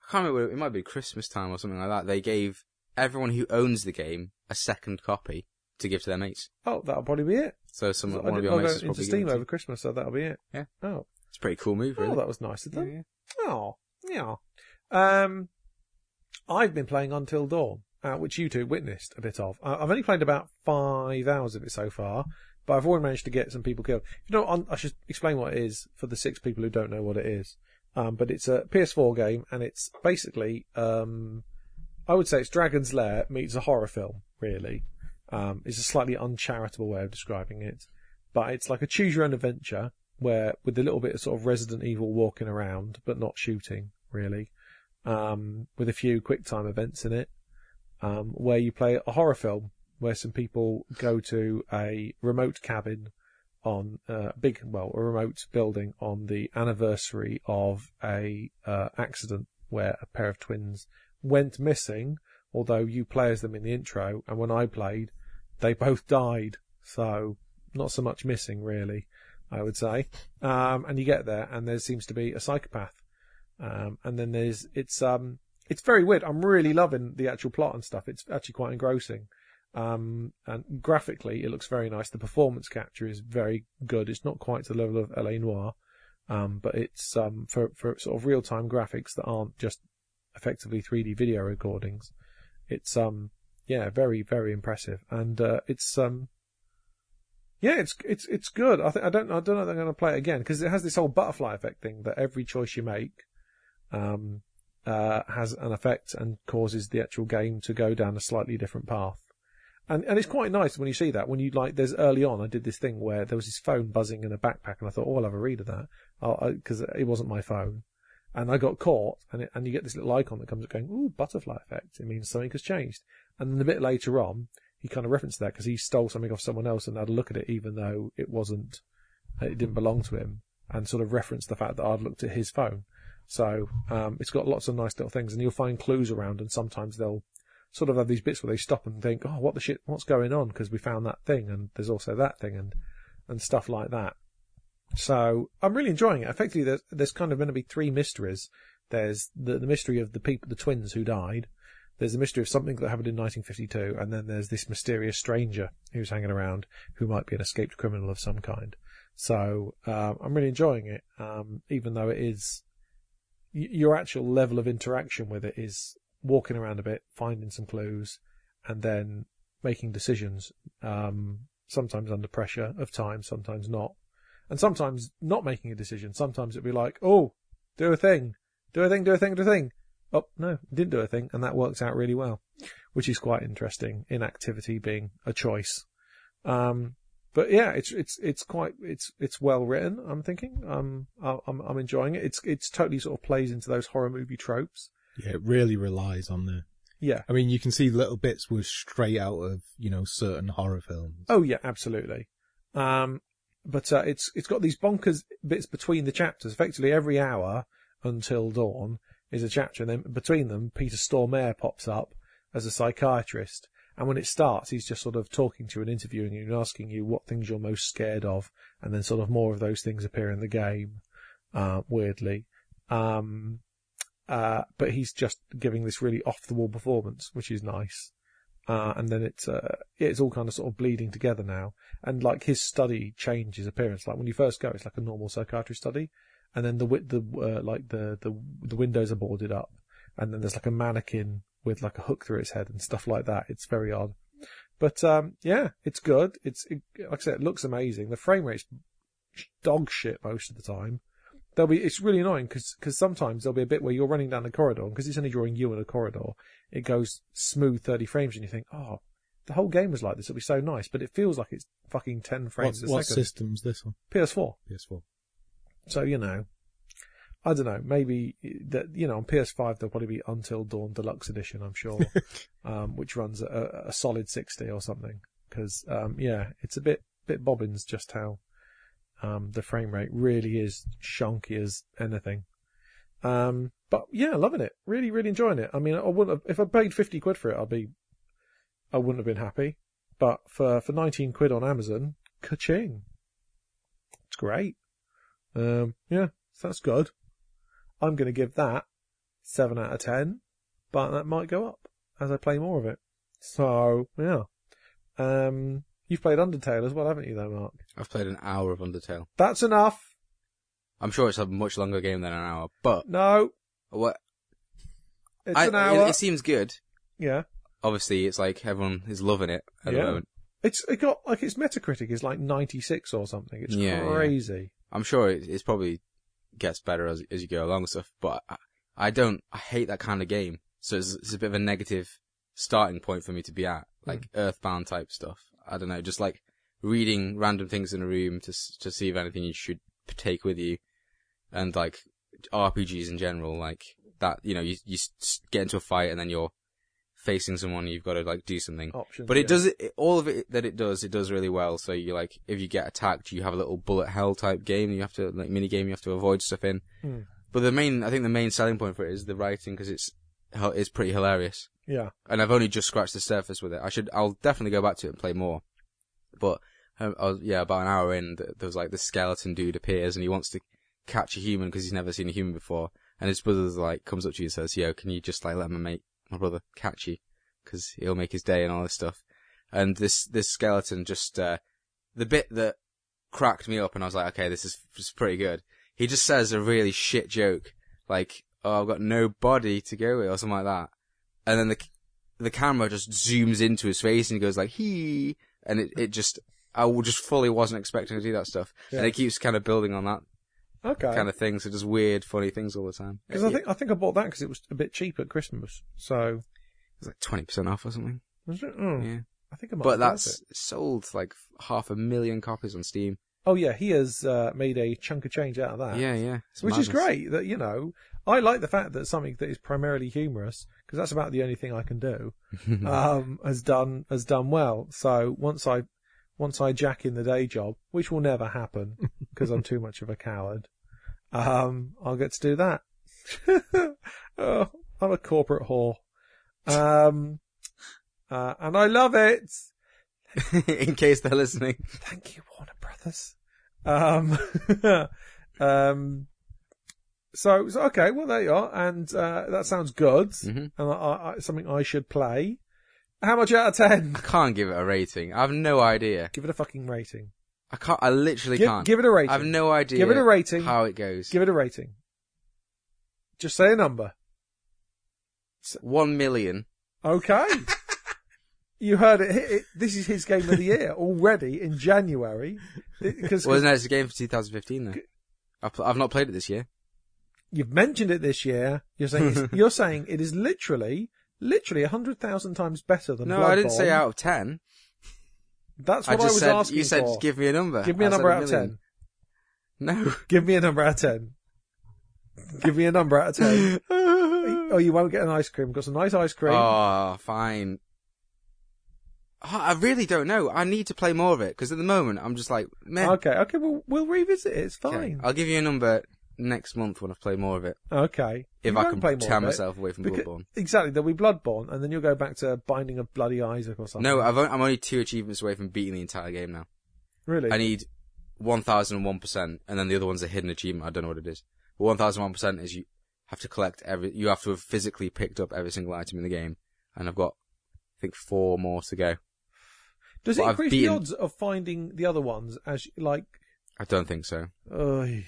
S2: I can't remember. It might be Christmas time or something like that. They gave everyone who owns the game a second copy to give to their mates.
S1: Oh, that'll probably be it.
S2: So some
S1: So
S2: one
S1: I
S2: of
S1: did
S2: your
S1: log
S2: mates is
S1: out into
S2: probably
S1: Steam
S2: giving it to
S1: over
S2: you.
S1: Christmas, so that'll be it.
S2: Yeah.
S1: Oh,
S2: It's a pretty cool move,
S1: oh,
S2: really.
S1: that was nice of
S2: Yeah,
S1: them.
S2: yeah.
S1: Oh, yeah. Um, I've been playing Until Dawn, uh, which you two witnessed a bit of. I- I've only played about five hours of it so far, but I've already managed to get some people killed. You know, i I should explain what it is for the six people who don't know what it is. Um, but it's a PS4 game, and it's basically, um, I would say it's Dragon's Lair meets a horror film, really. Um, it's a slightly uncharitable way of describing it, but it's like a choose your own adventure where with a little bit of sort of Resident Evil walking around, but not shooting really, um, with a few quick time events in it, um, where you play a horror film where some people go to a remote cabin on uh, a big, well, a remote building on the anniversary of a uh, accident where a pair of twins went missing. Although you play as them in the intro, and when I played, they both died. So not so much missing really, I would say. Um, and you get there, and there seems to be a psychopath. Um, and then there's it's um it's very weird. I'm really loving the actual plot and stuff. It's actually quite engrossing. Um, and graphically, it looks very nice. The performance capture is very good. It's not quite to the level of LA Noir, um, but it's um for for sort of real time graphics that aren't just effectively 3D video recordings. It's um yeah very very impressive, and uh, it's um yeah, it's it's it's good. I think I don't I don't know if I'm going to play it again because it has this whole butterfly effect thing that every choice you make um, uh, has an effect and causes the actual game to go down a slightly different path. And and it's quite nice when you see that when you like. There's early on I did this thing where there was this phone buzzing in a backpack and I thought, oh, I'll have a read of that because it wasn't my phone. And I got caught, and it, and you get this little icon that comes up going, "Ooh, butterfly effect." It means something has changed. And then a bit later on, he kind of referenced that because he stole something off someone else and had a look at it, even though it wasn't, uh, it didn't belong to him, and sort of referenced the fact that I'd looked at his phone. So um, it's got lots of nice little things, and you'll find clues around, and sometimes they'll sort of have these bits where they stop and think, "Oh, what the shit? What's going on?" Because we found that thing, and there's also that thing, and and stuff like that. So I'm really enjoying it. Effectively, there's there's kind of going to be three mysteries. There's the, the mystery of the people, the twins who died. There's the mystery of something that happened in 1952, and then there's this mysterious stranger who's hanging around who might be an escaped criminal of some kind. So uh, I'm really enjoying it, um, even though it is y- your actual level of interaction with it is walking around a bit, finding some clues, and then making decisions. Um, sometimes under pressure of time, sometimes not and sometimes not making a decision. Sometimes it'd be like, oh, do a thing, do a thing, do a thing, do a thing. Oh, no, didn't do a thing, and that works out really well, which is quite interesting. Inactivity being a choice. Um, but yeah, it's it's it's quite it's it's well written. I'm thinking, um, I- I'm I'm enjoying it. It's it's totally sort of plays into those horror movie tropes.
S3: Yeah, it really relies on the.
S1: Yeah.
S3: I mean, you can see little bits were straight out of you know certain horror films.
S1: Oh yeah, absolutely. Um, but uh, it's it's got these bonkers bits between the chapters. Effectively, every hour until dawn is a chapter, and then between them, Peter Stormare pops up as a psychiatrist. And when it starts, he's just sort of talking to you and interviewing you and asking you what things you're most scared of, and then sort of more of those things appear in the game, uh, weirdly. Um, uh, but he's just giving this really off the wall performance, which is nice uh, and then it's uh, it's all kind of sort of bleeding together now. And like his study changes appearance. Like when you first go, it's like a normal psychiatry study, and then the wi- the uh, like the the the windows are boarded up, and then there's like a mannequin with like a hook through its head and stuff like that. It's very odd, but um, yeah, it's good. It's it, like I said, it looks amazing. The frame rate's dog shit most of the time. there'll be it's really annoying because sometimes there'll be a bit where you're running down the corridor because it's only drawing you in a corridor. It goes smooth thirty frames, and you think, oh, the whole game was like this. It'll be so nice, but it feels like it's fucking ten frames
S3: What, what
S1: a second.
S3: system's this on?
S1: PS4.
S3: PS4.
S1: So you know, I don't know. Maybe that you know on PS5 there'll probably be Until Dawn Deluxe Edition. I'm sure, um, which runs at a, a solid sixty or something. Because um, yeah, it's a bit bit bobbins just how um, the frame rate really is shonky as anything. Um, but yeah, loving it. Really, really enjoying it. I mean, I wouldn't have, if I paid fifty quid for it, I'd be, I wouldn't have been happy. But for for nineteen quid on Amazon, ka-ching. It's great. Um, yeah, so that's good. I'm going to give that 7 out of 10, but that might go up as I play more of it. So, yeah. Um, you've played Undertale as well, haven't you, though, Mark?
S2: I've played an hour of Undertale.
S1: That's enough.
S2: I'm sure it's a much longer game than an hour, but
S1: No,
S2: what
S1: it's
S2: I-
S1: an hour.
S2: It, it seems good.
S1: yeah.
S2: Obviously, it's like everyone is loving it at
S1: Yeah.
S2: the moment.
S1: It's it got like its Metacritic is like 96 or something. It's
S2: Yeah, yeah.
S1: crazy.
S2: I'm sure it, it's probably gets better as as you go along and stuff. But I, I don't. I hate that kind of game. So it's, it's a bit of a negative starting point for me to be at, like Earthbound type stuff. I don't know, just like reading random things in a room to s- to see if anything you should take with you, and like RPGs in general, like that. You know, you you s- get into a fight and then you're facing someone, you've got to like do something.
S1: Options.
S2: But it
S1: yeah.
S2: does it, all of it that it does. It does really well. So you like if you get attacked, you have a little bullet hell type game. You have to like mini game. You have to avoid stuff in.
S1: Hmm.
S2: But the main, I think the main selling point for it is the writing because it's hel- it's pretty hilarious.
S1: Yeah.
S2: And I've only just scratched the surface with it. I should. I'll definitely go back to it and play more. But um, I was, yeah, about an hour in, th- there was like this skeleton dude appears and he wants to catch a human because he's never seen a human before. And his brother's like comes up to you and says, "Yo, can you just like let my mate, my brother, catch you?" because he'll make his day and all this stuff. And this this skeleton just uh, the bit that cracked me up, and I was like, okay, this is, this is pretty good. He just says a really shit joke, like, "Oh, I've got no body to go with," or something like that. And then the c- the camera just zooms into his face, and he goes like, "He," and it it just I w- just fully wasn't expecting to do that stuff,
S1: Yeah.
S2: and it keeps kind of building on that
S1: Okay.
S2: kind of thing. So just weird, funny things all the time.
S1: Because I think I think I bought that because it was a bit cheap at Christmas. So
S2: it's like twenty percent off or something.
S1: was it? Mm.
S2: Yeah.
S1: I think I might.
S2: But
S1: have bought it.
S2: that's sold like half a million copies on Steam.
S1: Oh yeah, he has uh, made a chunk of change out of that.
S2: Yeah, yeah. It's
S1: which is
S2: madness.
S1: great. That you know, I like the fact that something that is primarily humorous, because that's about the only thing I can do,
S2: Mm.
S1: um, has done has done well. So once I once I jack in the day job, which will never happen because I'm too much of a coward, um, I'll get to do that. oh, I'm a corporate whore, um, uh, and I love it.
S2: In case they're listening.
S1: Thank you, Warner Brothers. Um, um, so, so okay, well there you are, and uh, that sounds good,
S2: Mhm.
S1: and I, I, I- something I should play. How much out of ten?
S2: I can't give it a rating. I have no idea.
S1: Give it a fucking rating.
S2: I can't. I literally
S1: Give,
S2: can't.
S1: give it a rating.
S2: I have no idea.
S1: Give it a rating.
S2: How it goes.
S1: Give it a rating. Just say a number.
S2: One million.
S1: Okay. you heard it. It- it- This is his game of the year already in January. Because
S2: Well, no, it's a game for 2015 though. I pl- I've not played it this year.
S1: you've mentioned it this year. You're saying it's, you're saying it is literally, literally hundred thousand times better than.
S2: No, I didn't say
S1: Bloodborne.
S2: out of ten.
S1: That's
S2: I
S1: what I,
S2: just
S1: was
S2: said
S1: asking
S2: you said
S1: for.
S2: give me a number.
S1: Give me
S2: a
S1: a number out of ten.
S2: No.
S1: Give me a number out of ten. give me a number out of ten. oh, you won't get an ice cream. Got some nice ice cream.
S2: Oh, fine. Oh, I really don't know. I need to play more of it because at the moment I'm just like, man.
S1: okay, okay. Well, we'll revisit it. It's
S2: Okay,
S1: fine.
S2: I'll give you a number next month when I've played more of it.
S1: Okay.
S2: If
S1: You
S2: I
S1: won't
S2: can
S1: play more
S2: tear
S1: of it.
S2: myself away from
S1: Because-
S2: Bloodborne.
S1: Exactly. There'll be Bloodborne, and then you'll go back to Binding of Bloody Isaac or something.
S2: No, I've only, I'm only two achievements away from beating the entire game now.
S1: really.
S2: I need 1001%, and then the other one's a hidden achievement. I don't know what it is. But 1001% is you have to collect every, you have to have physically picked up every single item in the game. And I've got, I think, four more to go.
S1: Does
S2: but
S1: it
S2: I've
S1: increase the
S2: beaten-
S1: odds of finding the other ones as you- like? oh,
S2: I don't think so.
S1: Ugh.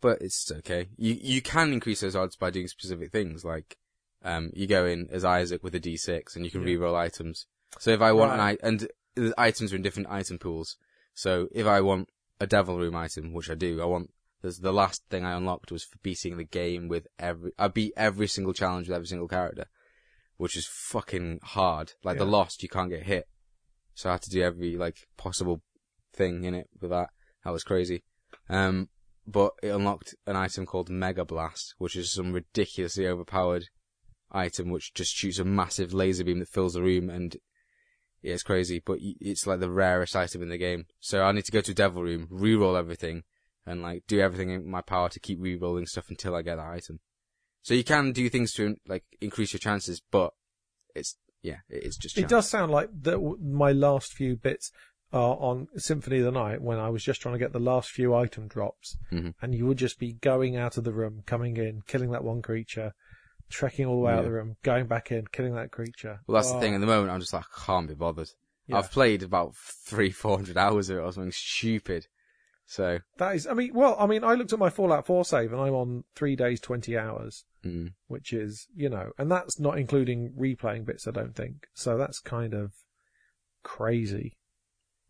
S2: but it's okay. You you can increase those odds by doing specific things, like um, you go in as Isaac with a D6, and you can
S1: Yeah.
S2: re-roll items. So if I want
S1: Right.
S2: an I- and the items are in different item pools. So if I want a Devil Room item, which I do, I want There's the last thing I unlocked was for beating the game with every. I beat every single challenge with every single character, which is fucking hard. Like the
S1: Yeah.
S2: lost, you can't get hit, so I had to do every like possible thing in it with that. That was crazy. Um, but it unlocked an item called Mega Blast, which is some ridiculously overpowered item which just shoots a massive laser beam that fills the room and yeah, it's crazy, but y- it's like the rarest item in the game. So I need to go to Devil Room, re-roll everything, and like do everything in my power to keep re-rolling stuff until I get that item. So you can do things to like increase your chances, but it's yeah, it is just
S1: It
S2: chance.
S1: does sound like that. w- My last few bits are on Symphony of the Night when I was just trying to get the last few item drops,
S2: Mhm.
S1: and you would just be going out of the room, coming in, killing that one creature, trekking all the way out of
S2: Yeah.
S1: the room, going back in, killing that creature.
S2: Well, that's the
S1: Oh,
S2: thing. At the moment, I'm just like I can't be bothered.
S1: yeah.
S2: I've played about three, four hundred hours of it or something stupid. So
S1: That is, I mean, well, I mean, I looked at my Fallout 4 save, and I'm on three days, twenty hours.
S2: mm,
S1: which is, you know, and that's not including replaying bits, I don't think. So that's kind of crazy.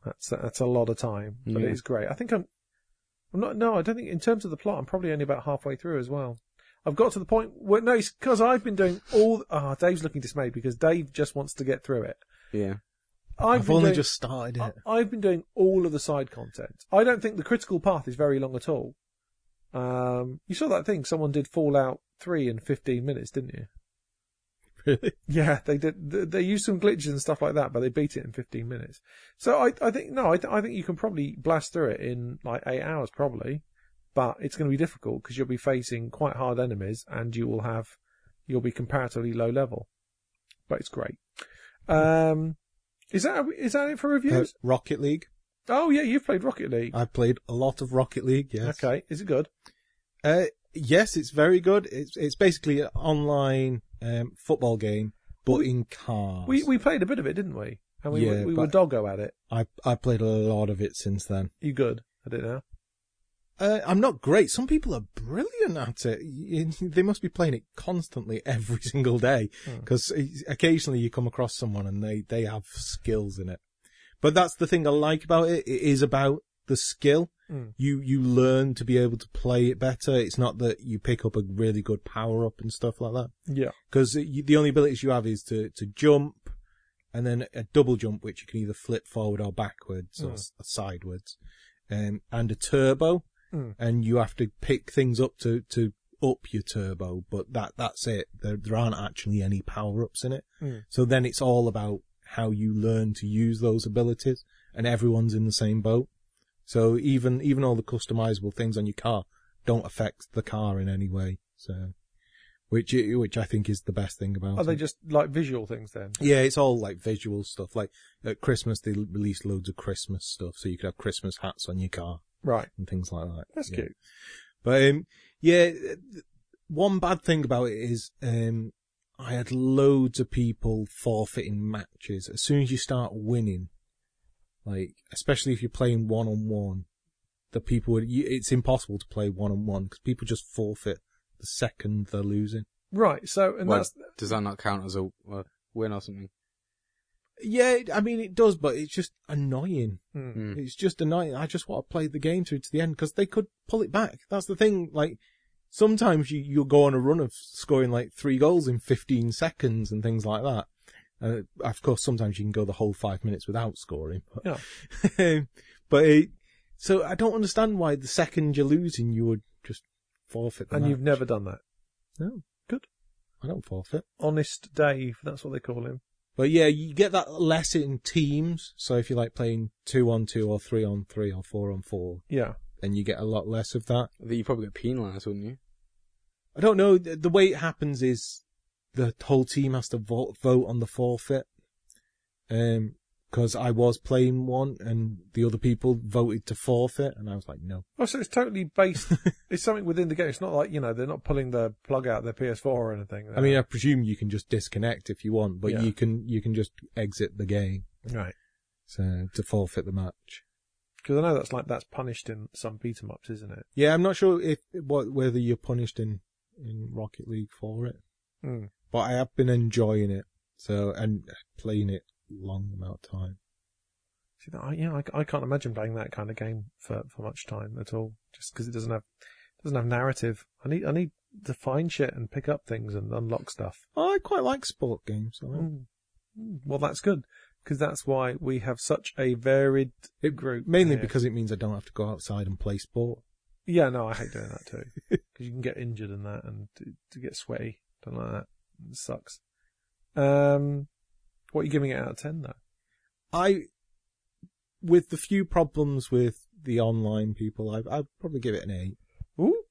S1: That's that's a lot of time, but
S2: Yeah.
S1: it is great. I think I'm, I'm not. No, I don't think in terms of the plot, I'm probably only about halfway through as well. I've got to the point where no, it's because I've been doing all. Ah, Dave's looking dismayed because Dave just wants to get through it.
S2: yeah,
S1: I've,
S3: I've
S1: been
S3: only
S1: doing-
S3: just started it.
S1: I- I've been doing all of the side content. I don't think the critical path is very long at all. Um, you saw that thing someone did Fallout Three in 15 minutes, didn't you?
S3: Really?
S1: Yeah, they did. th- They used some glitches and stuff like that, but they beat it in 15 minutes. So I, I think no, I, th- I think you can probably blast through it in like eight hours, probably. But it's going to be difficult because you'll be facing quite hard enemies, and you will have, you'll be comparatively low level. But it's great. Um, is that is that it for
S3: Uh,
S1: reviews?
S3: Rocket League.
S1: oh yeah, you've played Rocket League.
S3: I've played a lot of Rocket League. Oh, Yes.
S1: Okay, is it good?
S3: Uh, yes, it's very good. It's it's basically an online um, football game, but
S1: We-
S3: in cars.
S1: We we played a bit of it, didn't we? And we were-
S3: Yeah,
S1: we were
S3: but-
S1: doggo at it.
S3: I I played a lot of it since then.
S1: You good? I don't know.
S3: Uh, I'm not great. Some people are brilliant at it. Y- y- They must be playing it constantly every single day
S1: Hmm.
S3: because occasionally you come across someone and they, they have skills in it. But that's the thing I like about it. It is about the skill.
S1: Hmm.
S3: You, you learn to be able to play it better. It's not that you pick up a really good power up and stuff like that.
S1: Yeah.
S3: Because the only abilities you have is to, to jump and then a double jump, which you can either flip forward or backwards or
S1: Hmm.
S3: s- sideways, um, and a turbo.
S1: Hmm.
S3: And you have to pick things up to, to up your turbo, but that, that's it. There, there aren't actually any power ups in it.
S1: Hmm.
S3: So then it's all about how you learn to use those abilities and everyone's in the same boat. So even, even all the customizable things on your car don't affect the car in any way. So, which, i- which I think is the best thing about
S1: Are they
S3: it.
S1: just like visual things then?
S3: Yeah, it's all like visual stuff. Like at Christmas, they l- released loads of Christmas stuff, so you could have Christmas hats on your car
S1: Right.
S3: and things like that.
S1: That's
S3: Yeah.
S1: cute.
S3: But um, yeah, th- one bad thing about it is um, I had loads of people forfeiting matches as soon as you start winning. Like, especially if you're playing one on one, the people would, you, it's impossible to play one on one because people just forfeit the second they're losing.
S1: Right. So, and
S2: Well,
S1: that's
S2: does that not count as a, a win or something?
S3: Yeah, I mean it does, but it's just annoying.
S1: Hmm.
S2: Mm.
S3: It's just annoying. I just want to play the game through to the end because they could pull it back. That's the thing. Like sometimes you you'll go on a run of scoring like three goals in 15 seconds and things like that. Uh, of course, sometimes you can go the whole five minutes without scoring. But, but it, so I don't understand why the second you're losing, you would just forfeit. The
S1: and you've
S3: match.
S1: never done that.
S3: No.
S1: Good.
S3: I don't forfeit.
S1: Honest Dave, that's what they call him.
S3: But yeah, you get that less in teams. So if you like playing two on two or three on three or four on four,
S1: Yeah.
S3: then you get a lot less of that.
S2: I think you probably get penalised, wouldn't you?
S3: I don't know. The, the way it happens is the whole team has to vote, vote on the forfeit. Um, cause I was playing one and the other people voted to forfeit and I was like, no.
S1: Oh, so it's totally based. it's something within the game. It's not like you know they're not pulling the plug out of their PS4 or anything.
S3: I mean, I presume you can just disconnect if you want, but
S1: Yeah.
S3: you can, you can just exit the game.
S1: right?
S3: So to forfeit the match.
S1: Because I know that's like that's punished in some beat 'em ups, isn't it?
S3: Yeah, I'm not sure if what whether you're punished in in Rocket League for it,
S1: Mm.
S3: but I have been enjoying it. So and playing it long amount of time.
S1: See, that- I, "Oh, yeah, I, I can't imagine playing that kind of game for, for much time at all, just because it doesn't have doesn't have narrative. I need I need to find shit and pick up things and unlock stuff.
S3: I quite like sport games. I like-
S1: Mm. Mm. Well, that's good because that's why we have such a varied
S3: It-
S1: group.
S3: Mainly
S1: here.
S3: because it means I don't have to go outside and play sport.
S1: yeah, no, I hate doing that too because you can get injured in that and t- to get sweaty. Don't like that. It sucks. Um, what are you giving it out of ten though?
S3: I, with the few problems with the online people, I, I'd probably give it an eight.
S1: Ooh,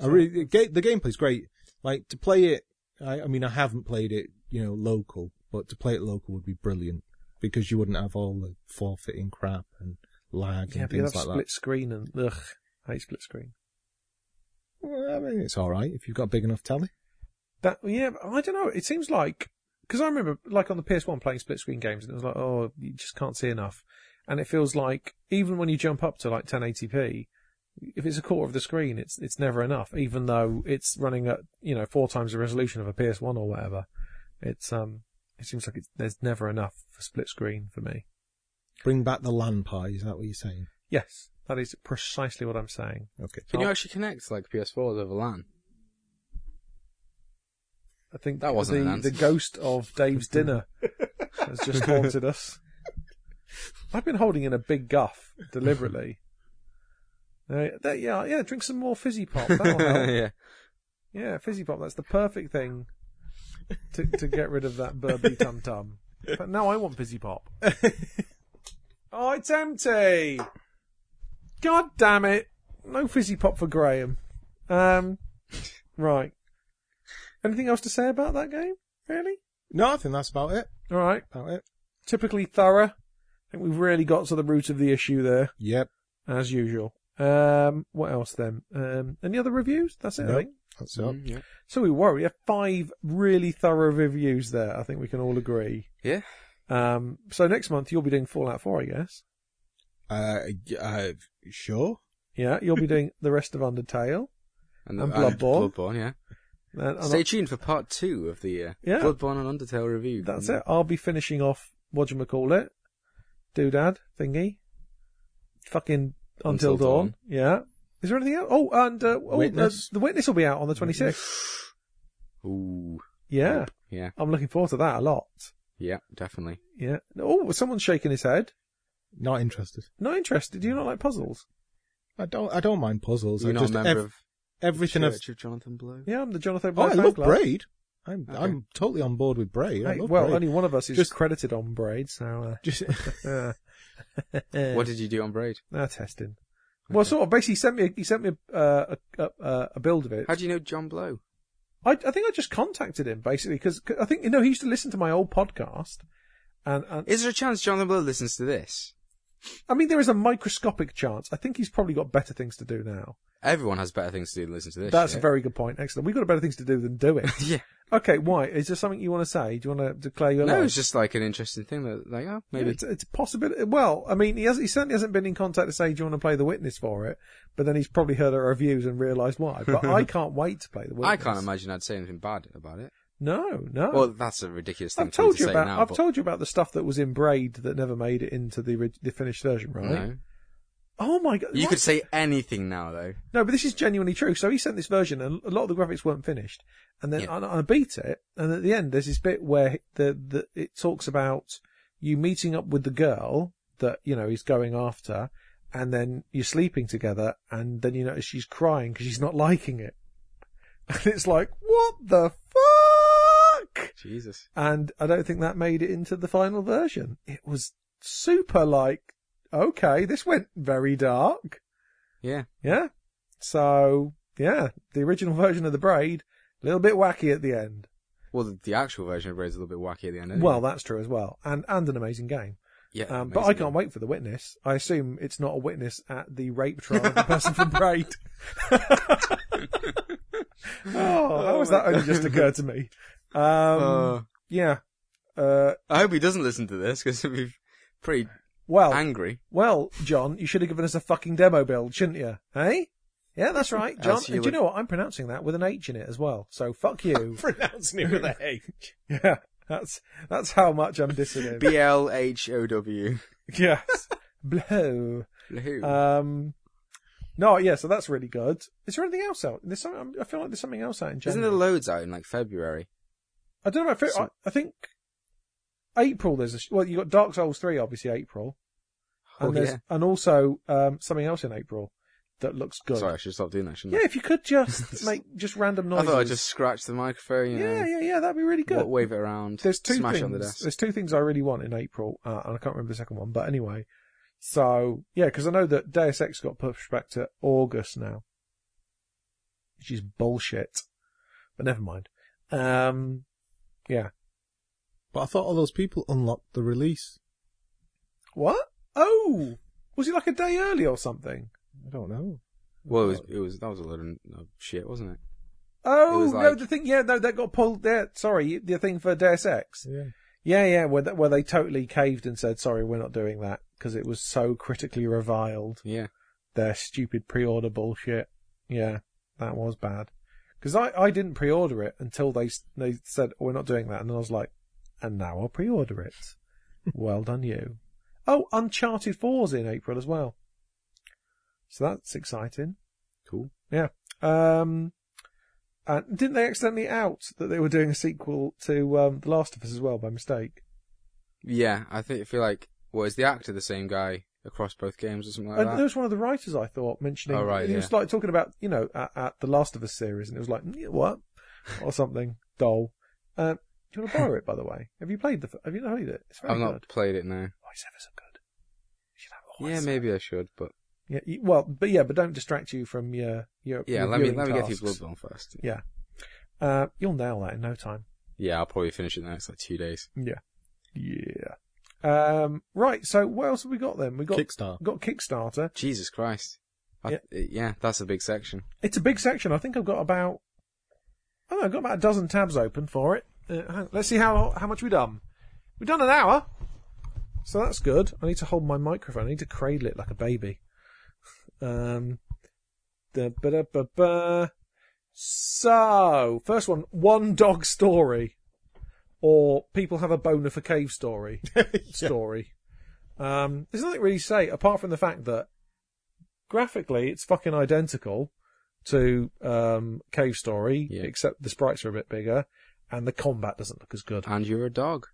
S3: I really, the, ga- the gameplay's great. Like to play it, I, I mean, I haven't played it, you know, local, but to play it local would be brilliant because you wouldn't have all the forfeiting crap and lag
S1: yeah,
S3: and
S1: but you
S3: things
S1: have
S3: like
S1: split screen and ugh, I hate split screen.
S3: that. Well, I mean, it's all right if you've got a big enough telly.
S1: That yeah, but I don't know. It seems like because I remember like on the PS1 playing split screen games, and it was like oh you just can't see enough, and it feels like even when you jump up to like 1080p, if it's a quarter of the screen, it's it's never enough. Even though it's running at you know four times the resolution of a PS1 or whatever, it's um it seems like it's, there's never enough for split screen for me.
S3: Bring back the LAN pie. Is that what you're saying?
S1: Yes, that is precisely what I'm saying.
S3: Okay. Oh,
S2: Can
S1: Oh.
S2: you actually connect like PS4s over LAN?
S1: I think
S2: That wasn't
S1: the,
S2: an answer.
S1: the ghost of Dave's dinner has just haunted us. I've been holding in a big guff deliberately. Uh, that- yeah, yeah. Drink some more fizzy pop. That'll help.
S2: yeah.
S1: yeah, fizzy pop. That's the perfect thing to to get rid of that burbly tum tum. But now I want fizzy pop. oh, it's empty. God damn it! No fizzy pop for Graham. Um, right. Anything else to say about that game? Really?
S3: No, I think that's about it.
S1: All right.
S3: About it.
S1: Typically thorough. I think we've really got to the root of the issue there,
S3: Yep.
S1: as usual. Um, what else then? Um, any other reviews? That's it, I
S3: Nope.
S1: think.
S3: That's up.
S2: Mm, yeah.
S1: So we were. We have five really thorough reviews there. I think we can all agree.
S2: Yeah.
S1: Um, so next month you'll be doing Fallout 4, I guess.
S3: Uh, y- uh, sure.
S1: Yeah, you'll be doing the rest of Undertale.
S2: And, the-
S1: And Bloodborne.
S2: Bloodborne, yeah.
S1: And- and
S2: Stay tuned for part two of the uh,
S1: Yeah.
S2: Bloodborne and Undertale review. Mm.
S1: That's it. I'll be finishing off what do you call it, doodad thingy, fucking until,
S2: Until
S1: dawn.
S2: Dawn.
S1: Yeah. Is there anything else? Oh, and uh, oh,
S3: Witness.
S1: Uh, the witness will be out on the twenty sixth.
S2: Ooh.
S1: Yeah,
S2: Yep. Yeah.
S1: I'm looking forward to that a lot.
S2: Yeah. Definitely.
S1: Yeah. Oh, someone's shaking his head.
S3: Not interested.
S1: Not interested. Do you not like puzzles?
S3: I don't. I don't mind puzzles.
S2: You're
S3: I
S2: not a
S3: just
S2: member
S3: ev-
S2: of
S3: everything I've
S2: Church of Jonathan Blow.
S1: Yeah, I'm the Jonathan.
S3: Oh,
S1: Blow
S3: I love
S1: fan club.
S3: Braid. I'm
S2: Okay.
S3: I'm totally on board with Braid. I
S1: Hey,
S3: love
S1: well,
S3: Braid.
S1: only one of us is
S3: Just-
S1: credited on braid, so.
S3: Just,
S1: Uh,
S2: What did you do on Braid?
S1: No testing. Well, sort of. Basically, he sent me. He sent me uh, a, a a build of it.
S2: How do you know John Blow?
S1: I, I think I just contacted him basically because I think you know he used to listen to my old podcast, and, and
S2: Is there a chance Jonathan Blow listens to this?
S1: I mean there is a microscopic chance. I think he's probably got better things to do now.
S2: Everyone has better things to do than listen to this.
S1: That's
S2: shit.
S1: a very good point. Excellent. We've got better things to do than do it.
S2: yeah.
S1: okay, why? Is there something you want to say? Do you want to declare your
S2: No,
S1: love?
S2: it's just like an interesting thing that like oh maybe
S1: It's, it's a possibility. Well, I mean, he, has, he certainly hasn't been in contact to say, do you want to play The Witness for it? But then he's probably heard our reviews and realised why. But I can't wait to play The Witness.
S2: I can't imagine I'd say anything bad about it.
S1: No, no.
S2: Well, that's a ridiculous thing
S1: I've
S2: for me
S1: told
S2: to
S1: you
S2: say
S1: about
S2: now.
S1: I've
S2: but
S1: told you about the stuff that was in Braid that never made it into the orig- the finished version, right?
S2: no.
S1: Oh my god!
S2: You
S1: what?
S2: could say anything now though.
S1: no, but this is genuinely true. So he sent this version, and a lot of the graphics weren't finished. And then
S2: Yeah.
S1: and I, beat it, and at the end there's this bit where the, the it talks about you meeting up with the girl that you know he's going after, and then you're sleeping together, and then you notice she's crying because she's not liking it, and it's like what the fuck.
S2: Jesus.
S1: and I don't think that made it into the final version. It was super like, okay, this went very dark.
S2: Yeah.
S1: Yeah. So, yeah, the original version of the braid, a little bit wacky at the end.
S2: Well, the, the actual version of Braid's a little bit wacky at the end. Anyway.
S1: Well, that's true as well. And, and an amazing game.
S2: yeah,
S1: Um, but I
S2: amazing.
S1: can't wait for the witness. I assume it's not a witness at the rape trial of the person from Braid. oh, how was
S2: my
S1: that only
S2: God.
S1: just occurred to me? Um,
S2: Uh,
S1: yeah. Uh,
S2: I hope he doesn't listen to this because he'd be pretty
S1: well,
S2: angry.
S1: Well, John, you should have given us a fucking demo build, shouldn't you? Hey? Yeah, that's right, John.
S2: As you
S1: And do you
S2: would-
S1: know what? I'm pronouncing that with an H in it as well. So fuck you.
S3: pronouncing it with a H.
S1: yeah. That's that's how much I'm dissing him.
S2: B L H O
S1: Uh,
S2: W.
S1: yes. Blow. Um, no, yeah, so that's really good. Is there anything else out? There's some, I feel like there's something else out in
S2: Isn't
S1: January.
S2: there loads out in like February?
S1: I don't know. I, feel, I, I think April there's a, sh- well, you got Dark Souls 3, obviously, April. And,
S2: Oh,
S1: there's,
S2: yeah.
S1: and also, um, something else in April that looks good.
S2: Sorry, I should stop doing that, shouldn't
S1: Yeah, if you could just make just random
S2: I? I
S1: noises.
S2: thought I just scratched the microphone. You
S1: yeah,
S2: know,
S1: yeah, yeah, that'd be really good.
S2: wa- wave it around.
S1: there's two
S2: smash
S1: things.
S2: on the desk.
S1: There's two things I really want in April, uh, and I can't remember the second one. But anyway, so yeah, because I know that Deus Ex got pushed back to August now, which is bullshit. But never mind. Um, yeah.
S3: But I thought all those people unlocked the release.
S1: What? Oh, was it like a day early or something?
S3: I don't know.
S2: Well, it was, it was that was a load of of shit, wasn't it? It
S1: Oh
S2: was
S1: no,
S2: like-
S1: the thing. Yeah, no, that got pulled. There. Sorry, the thing for Deus Ex.
S3: Yeah.
S1: Yeah, yeah, where, th- where they totally caved and said, "Sorry, we're not doing that," because it was so critically reviled.
S2: Yeah.
S1: their stupid pre-order bullshit. Yeah, that was bad. Because I, I didn't pre-order it until they s- they said "Oh, we're not doing that, and I was like, and now I'll pre-order it. well done you. Oh, Uncharted 4's in April as well. So that's exciting.
S2: Cool.
S1: Yeah. Um, and didn't they accidentally out that they were doing a sequel to um, The Last of Us as well by mistake?
S2: Yeah, I think I feel like well, is the actor the same guy across both games or something like
S1: and there
S2: that?
S1: was one of the writers I thought mentioning.
S2: Oh, right,
S1: he was
S2: yeah.
S1: like talking about you know at, at the Last of Us series, and it was like "Mm, yeah, what or something dull. Uh, do you want to borrow it by the way? Have you played the? f- Have you not played it? It's very
S2: I've
S1: good.
S2: not played it now.
S1: Oh, it's ever so good. You should have
S2: yeah,
S1: voice.
S2: maybe I should, but
S1: Yeah, you- well, but yeah, but don't distract you from your your.
S2: yeah,
S1: your
S2: let me
S1: viewing
S2: let me get through
S1: tasks.
S2: Bloodborne first.
S1: Yeah, uh, you'll nail that in no time.
S2: Yeah, I'll probably finish it in the next like two days.
S1: Yeah, yeah. Um, right. So what else have we got then? We got
S3: Kickstarter.
S1: got Kickstarter.
S2: Jesus Christ. I, yeah.
S1: Yeah.
S2: yeah, that's a big section.
S1: It's a big section. I think I've got about, I don't know, I've got about a dozen tabs open for it. Uh, hang- let's see how how much we've done. We've done an hour, so that's good. I need to hold my microphone. I need to cradle it like a baby. Um, da, ba, da, ba, ba. So, first one, one dog story, or people have a boner for cave story. story. Um, there's nothing really to say apart from the fact that graphically it's fucking identical to um, Cave Story,
S2: Yeah.
S1: except the sprites are a bit bigger and the combat doesn't look as good.
S2: And you're a dog.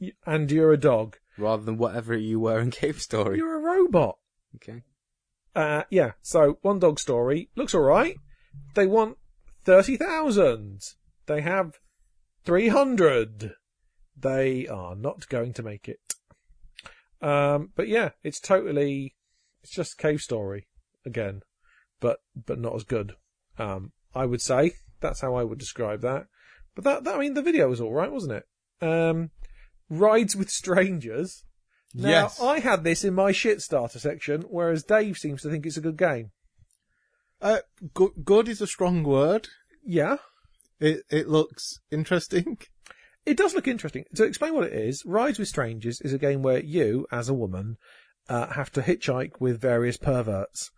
S1: Y- And you're a dog.
S2: Rather than whatever you were in Cave Story.
S1: You're a robot.
S2: Okay.
S1: Uh, yeah. So one dog story looks all right. They want thirty thousand. They have three hundred. They are not going to make it. Um, but yeah, it's totally, it's just cave story again, but but not as good. Um, I would say that's how I would describe that. But that, that I mean, the video was all right, wasn't it? Um, rides with strangers. Now,
S3: Yes.
S1: I had this in my shit starter section, whereas Dave seems to think it's a good game.
S3: Uh, go- good is a strong word.
S1: Yeah.
S3: It it looks interesting.
S1: It does look interesting. To explain what it is, Rides with Strangers is a game where you, as a woman, uh, have to hitchhike with various perverts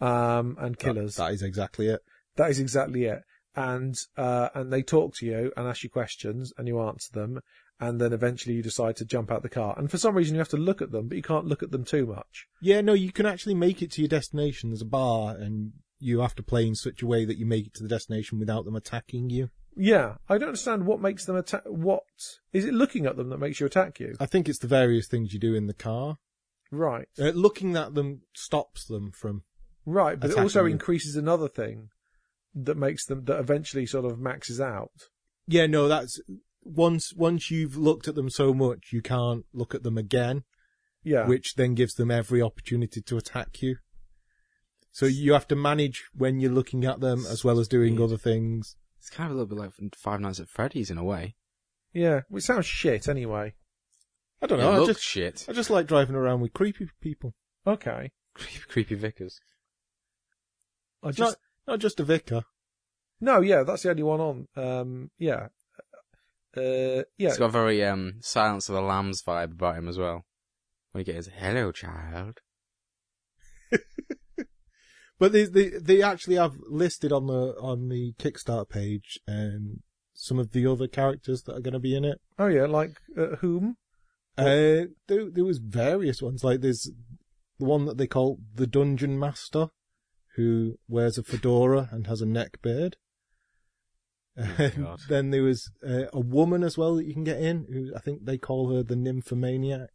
S1: um, and killers.
S3: That is exactly it.
S1: that is exactly it. And uh, and they talk to you and ask you questions, and you answer them, and then eventually you decide to jump out the car. And for some reason, you have to look at them, but you can't look at them too much.
S3: Yeah, no, you can actually make it to your destination. There's a bar, and you have to play in such a way that you make it to the destination without them attacking you.
S1: Yeah, I don't understand what makes them attack. What is it looking at them that makes you attack you?
S3: I think it's the various things you do in the car.
S1: Right,
S3: Uh, looking at them stops them from.
S1: right, but it
S3: Attacking
S1: also
S3: you.
S1: increases another thing that makes them that eventually sort of maxes out.
S3: Yeah, no, that's once once you've looked at them so much, you can't look at them again,
S1: Yeah.
S3: which then gives them every opportunity to attack you. So you have to manage when you're looking at them as well as doing
S2: Sweet.
S3: other things.
S2: It's kind of a little bit like Five Nights at Freddy's in a way.
S1: yeah. Well, it sounds shit anyway.
S3: I don't
S2: It
S3: know. I
S2: looks
S3: just
S2: shit.
S3: I just like driving around with creepy people.
S1: Okay.
S2: Creepy, creepy Vickers.
S1: I
S3: It's
S1: just
S3: not, not just a vicar.
S1: no. Yeah, that's the only one on. Um. Yeah. Uh. Yeah.
S2: It's got a very um, Silence of the Lambs vibe about him as well. When you get his "Hello, child,"
S3: But they, they they actually have listed on the on the Kickstarter page um, some of the other characters that are going to be in it.
S1: Oh yeah, like uh, whom?
S3: Uh, there, there was various ones. Like there's the one that they call the Dungeon Master, who wears a fedora and has a neck beard. Um,
S2: Oh, God.
S3: then there was uh, a woman as well that you can get in. Who I think they call her the Nymphomaniac.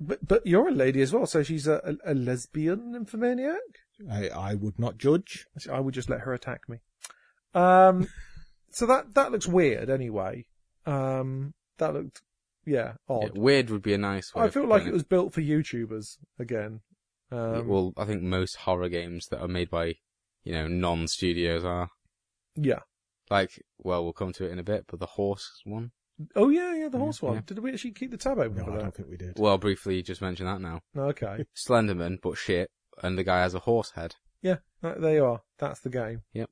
S1: But but you're a lady as well, so she's a, a, a lesbian nymphomaniac.
S3: I, I would not judge.
S1: I would just let her attack me. Um, so that that looks weird anyway. Um, that looked yeah
S2: Yeah,
S1: odd.
S2: weird would be a nice way.
S1: I
S2: of
S1: feel like
S2: putting
S1: it was built for YouTubers again. Um,
S2: well, I think most horror games that are made by, you know, non-studios are
S1: yeah.
S2: like. Well, we'll come to it in a bit, but the horse one.
S1: Oh yeah, yeah, the
S2: Yeah,
S1: horse one.
S2: yeah.
S1: Did we actually keep the tab open
S3: No,
S1: for
S3: I
S1: that?
S3: don't think we did.
S2: Well, I'll briefly, just mention that now.
S1: No, okay.
S2: Slenderman, but shit, and the guy has a horse head.
S1: yeah, that, there you are. That's the game.
S2: Yep.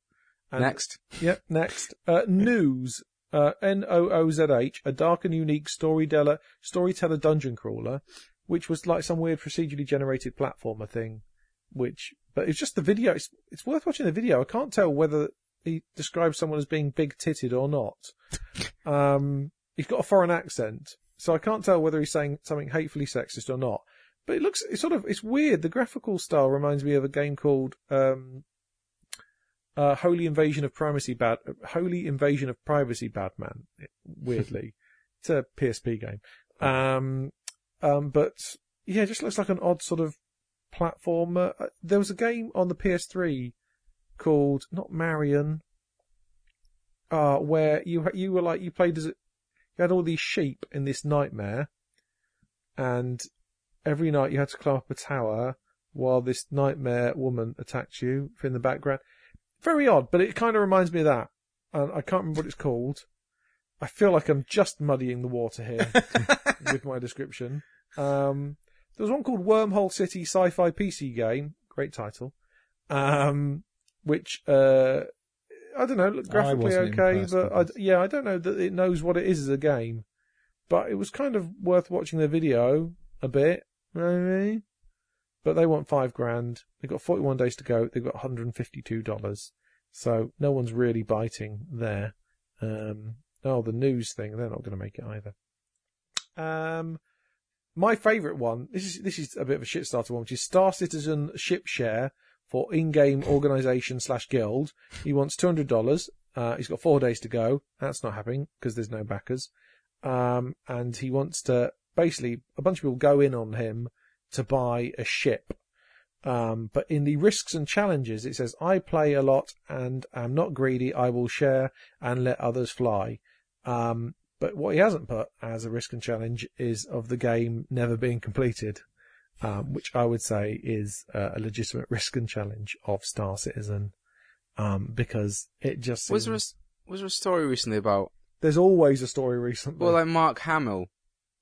S1: And-
S2: Next,
S1: Yep. Next, uh, news. Uh, N O O Z H, a dark and unique storyteller, storyteller dungeon crawler, which was like some weird procedurally generated platformer thing, which, but it's just the video. It's, it's worth watching the video. I can't tell whether he describes someone as being big titted or not. Um, he's got a foreign accent, so I can't tell whether he's saying something hatefully sexist or not. But it looks, it's sort of, it's weird. The graphical style reminds me of a game called, um, uh, Holy Invasion of Primacy Bad, Holy Invasion of Privacy Badman. Weirdly, it's a PSP game. Um, um, but yeah, it just looks like an odd sort of platformer. Uh, There was a game on the PS3 called not Marion, uh, where you you were like you played as a, you had all these sheep in this nightmare, and every night you had to climb up a tower while this nightmare woman attacked you from the background. Very odd, but it kind of reminds me of that. And I can't remember what it's called. I feel like I'm just muddying the water here with my description. Um, there was one called Wormhole City Sci-Fi PC Game, great title, um, which uh, I don't know, looked
S3: I
S1: graphically
S3: wasn't
S1: okay,
S3: impressed
S1: but
S3: with
S1: I,
S3: this.
S1: yeah, I don't know that it knows what it is as a game, but it was kind of worth watching the video a bit, maybe. But they want five grand. They've got 41 days to go. They've got 152 dollars. So no one's really biting there. Um, oh, the news thing. They're not going to make it either. Um, my favourite one. This is this is a bit of a shit starter one, which is Star Citizen Ship Share for in-game organisation slash guild. He wants two hundred dollars. Uh, he's got four days to go. That's not happening because there's no backers. Um, and he wants to basically a bunch of people go in on him to buy a ship. Um, but in the risks and challenges, it says, I play a lot and am not greedy. I will share and let others fly. Um, but what he hasn't put as a risk and challenge is of the game never being completed, um, which I would say is uh, a legitimate risk and challenge of Star Citizen. Um, because it just
S2: was there a,
S1: seems-
S2: s- was there a story recently about
S1: there's always a story recently.
S2: well, like Mark Hamill,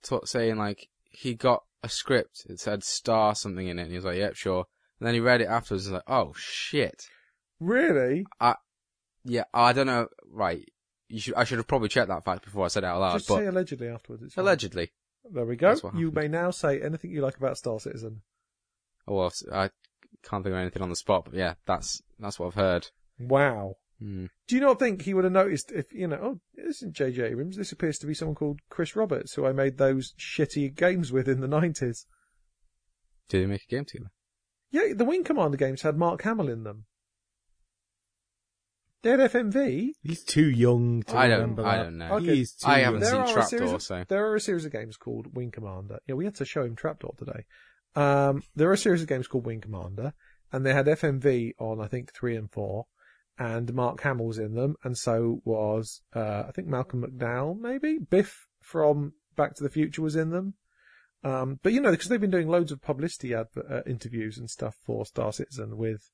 S2: t- saying like he got a script that said star something in it, and he was like, "Yep, sure." And then he read it afterwards, and was like, "Oh shit."
S1: really?
S2: Yeah, I don't know. Right, you should. I should have probably checked that fact before I said it out loud.
S1: Just
S2: Uh, but
S1: say allegedly afterwards. It's fine.
S2: allegedly,
S1: There we go.
S2: That's what
S1: You
S2: happened.
S1: may now say anything you like about Star Citizen.
S2: oh well, I can't think of anything on the spot. But yeah, that's that's what I've heard.
S1: Wow.
S2: Hmm.
S1: Do you not think he would have noticed if, you know, oh, this isn't J.J. Abrams. This appears to be someone called Chris Roberts, who I made those shitty games with in the 90s.
S2: Do they make a game together?
S1: Yeah, the Wing Commander games had Mark Hamill in them. They had FMV.
S3: He's too young to
S2: I don't-
S3: remember
S2: I
S3: that.
S2: don't know.
S1: Okay.
S3: He's too
S2: I
S3: young.
S2: haven't seen
S1: are a
S2: Trapdoor,
S1: series of-
S2: so-
S1: there are a series of games called Wing Commander. Yeah, we had to show him Trapdoor today. Um, there are a series of games called Wing Commander, and they had FMV on I think three and four, and Mark Hamill was in them, and so was uh, I think Malcolm McDowell maybe Biff from Back to the Future was in them. Um, but you know, because they've been doing loads of publicity adver- uh, interviews and stuff for Star Citizen with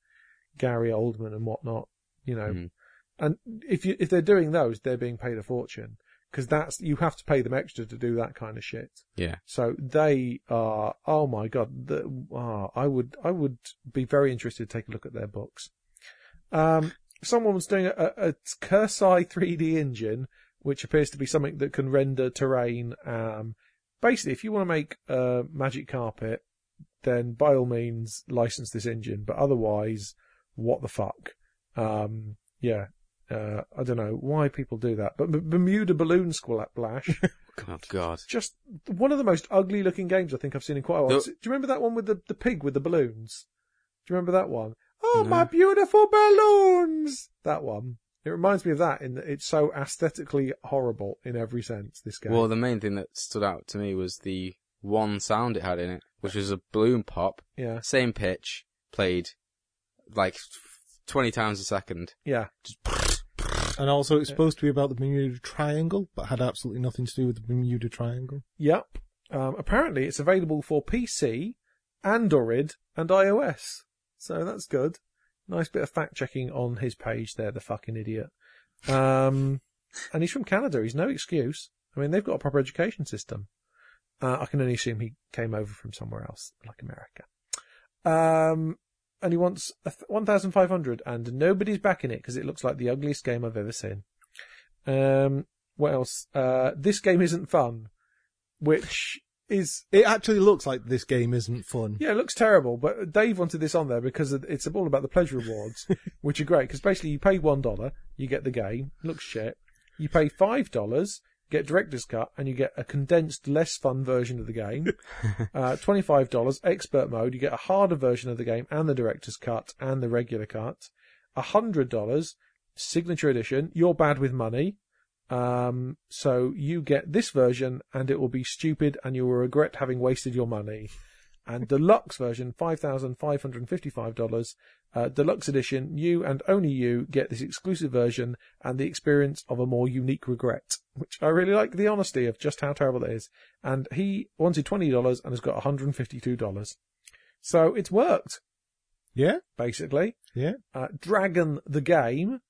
S1: Gary Oldman and whatnot, you know.
S2: Mhm.
S1: And if you if they're doing those, they're being paid a fortune because that's you have to pay them extra to do that kind of shit.
S2: Yeah.
S1: So they are. Oh my god, the, ah, I would I would be very interested to take a look at their books. Um, someone was doing a, a, a Cursai 3D engine, which appears to be something that can render terrain. Um, basically, if you want to make a magic carpet, then by all means license this engine. But otherwise, what the fuck? Um, yeah, Uh, I don't know why people do that, but B- Bermuda Balloon Splash,
S2: Oh God.
S1: just one of the most ugly looking games I think I've seen in quite a while.
S2: No.
S1: Do you remember that one with the, the pig with the balloons? Do you remember that one? Oh,
S2: No.
S1: my beautiful balloons! That one. It reminds me of that in that it's so aesthetically horrible in every sense, this game.
S2: Well, the main thing that stood out to me was the one sound it had in it, which was a balloon pop,
S1: yeah,
S2: same pitch, played like 20 times a second.
S1: yeah.
S3: And also, it's supposed to be about the Bermuda Triangle, but had absolutely nothing to do with the Bermuda Triangle.
S1: Yep. Um, apparently, it's available for PC, Android, and iOS. So that's good. Nice bit of fact checking on his page there, the fucking idiot. Um, and he's from Canada. He's no excuse. I mean, they've got a proper education system. Uh, I can only assume he came over from somewhere else, like America. Um, and he wants a th- 1,500, and nobody's backing it because it looks like the ugliest game I've ever seen. Um, what else? Uh, this game isn't fun which is
S3: It actually looks like this game isn't fun.
S1: yeah, it looks terrible. But Dave wanted this on there because it's all about the pleasure rewards, which are great because basically you pay one dollar, you get the game, looks shit. You pay five dollars, get director's cut, and you get a condensed, less fun version of the game. uh, Twenty-five dollars, expert mode, you get a harder version of the game and the director's cut and the regular cut. hundred dollars, signature edition. You're bad with money. Um, so you get this version and it will be stupid and you will regret having wasted your money and deluxe version five thousand five hundred and fifty five dollars uh, deluxe edition you and only you get this exclusive version and the experience of a more unique regret which i really like the honesty of just how terrible it is and he wanted twenty dollars and has got one hundred and fifty two dollars so it's worked
S3: Yeah?
S1: basically
S3: Yeah?
S1: uh, dragon the game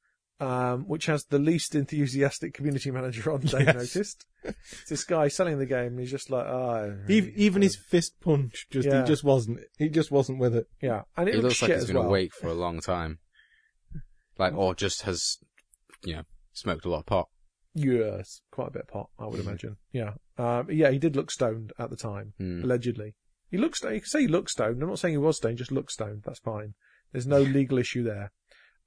S1: um, which has the least enthusiastic community manager on they
S3: Yes.
S1: noticed it's this guy selling the game and he's just like oh
S3: Even, even his fist punch, just
S1: Yeah.
S3: he just wasn't. He just wasn't with it.
S1: yeah and it,
S2: It, looks
S1: shit
S2: like he's
S1: as
S2: been
S1: well.
S2: awake for a long time. Like, or just has, you know, smoked a lot of pot.
S1: Yes, quite a bit of pot, I would imagine. Yeah, um, yeah, he did look stoned at the time,
S2: Hmm.
S1: allegedly. He looks. You can say he looked stoned. I'm not saying he was stoned. Just looked stoned. That's fine. There's no legal issue there.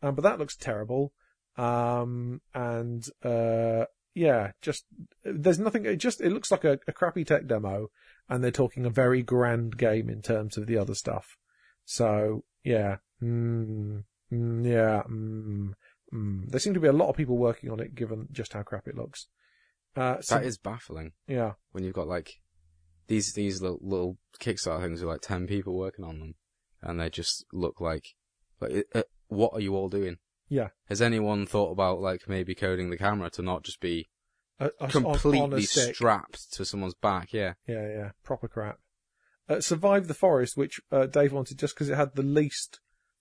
S1: Um, but that looks terrible. Um, and uh, yeah, just there's nothing. It just it looks like a, a crappy tech demo, and they're talking a very grand game in terms of the other stuff. So yeah, mm, mm, yeah. Mm. Mm. There seem to be a lot of people working on it, given just how crap it looks. Uh, so,
S2: That is baffling
S1: yeah,
S2: when you've got like these these little, little Kickstarter things with like ten people working on them, and they just look like, like it- uh, what are you all doing?
S1: Yeah.
S2: Has anyone thought about like maybe coding the camera to not just be
S1: Uh, uh, on- on a
S2: completely
S1: stick.
S2: strapped to someone's back? Yeah.
S1: Yeah, yeah, proper crap. Uh, Survive the Forest, which uh, Dave wanted just because it had the least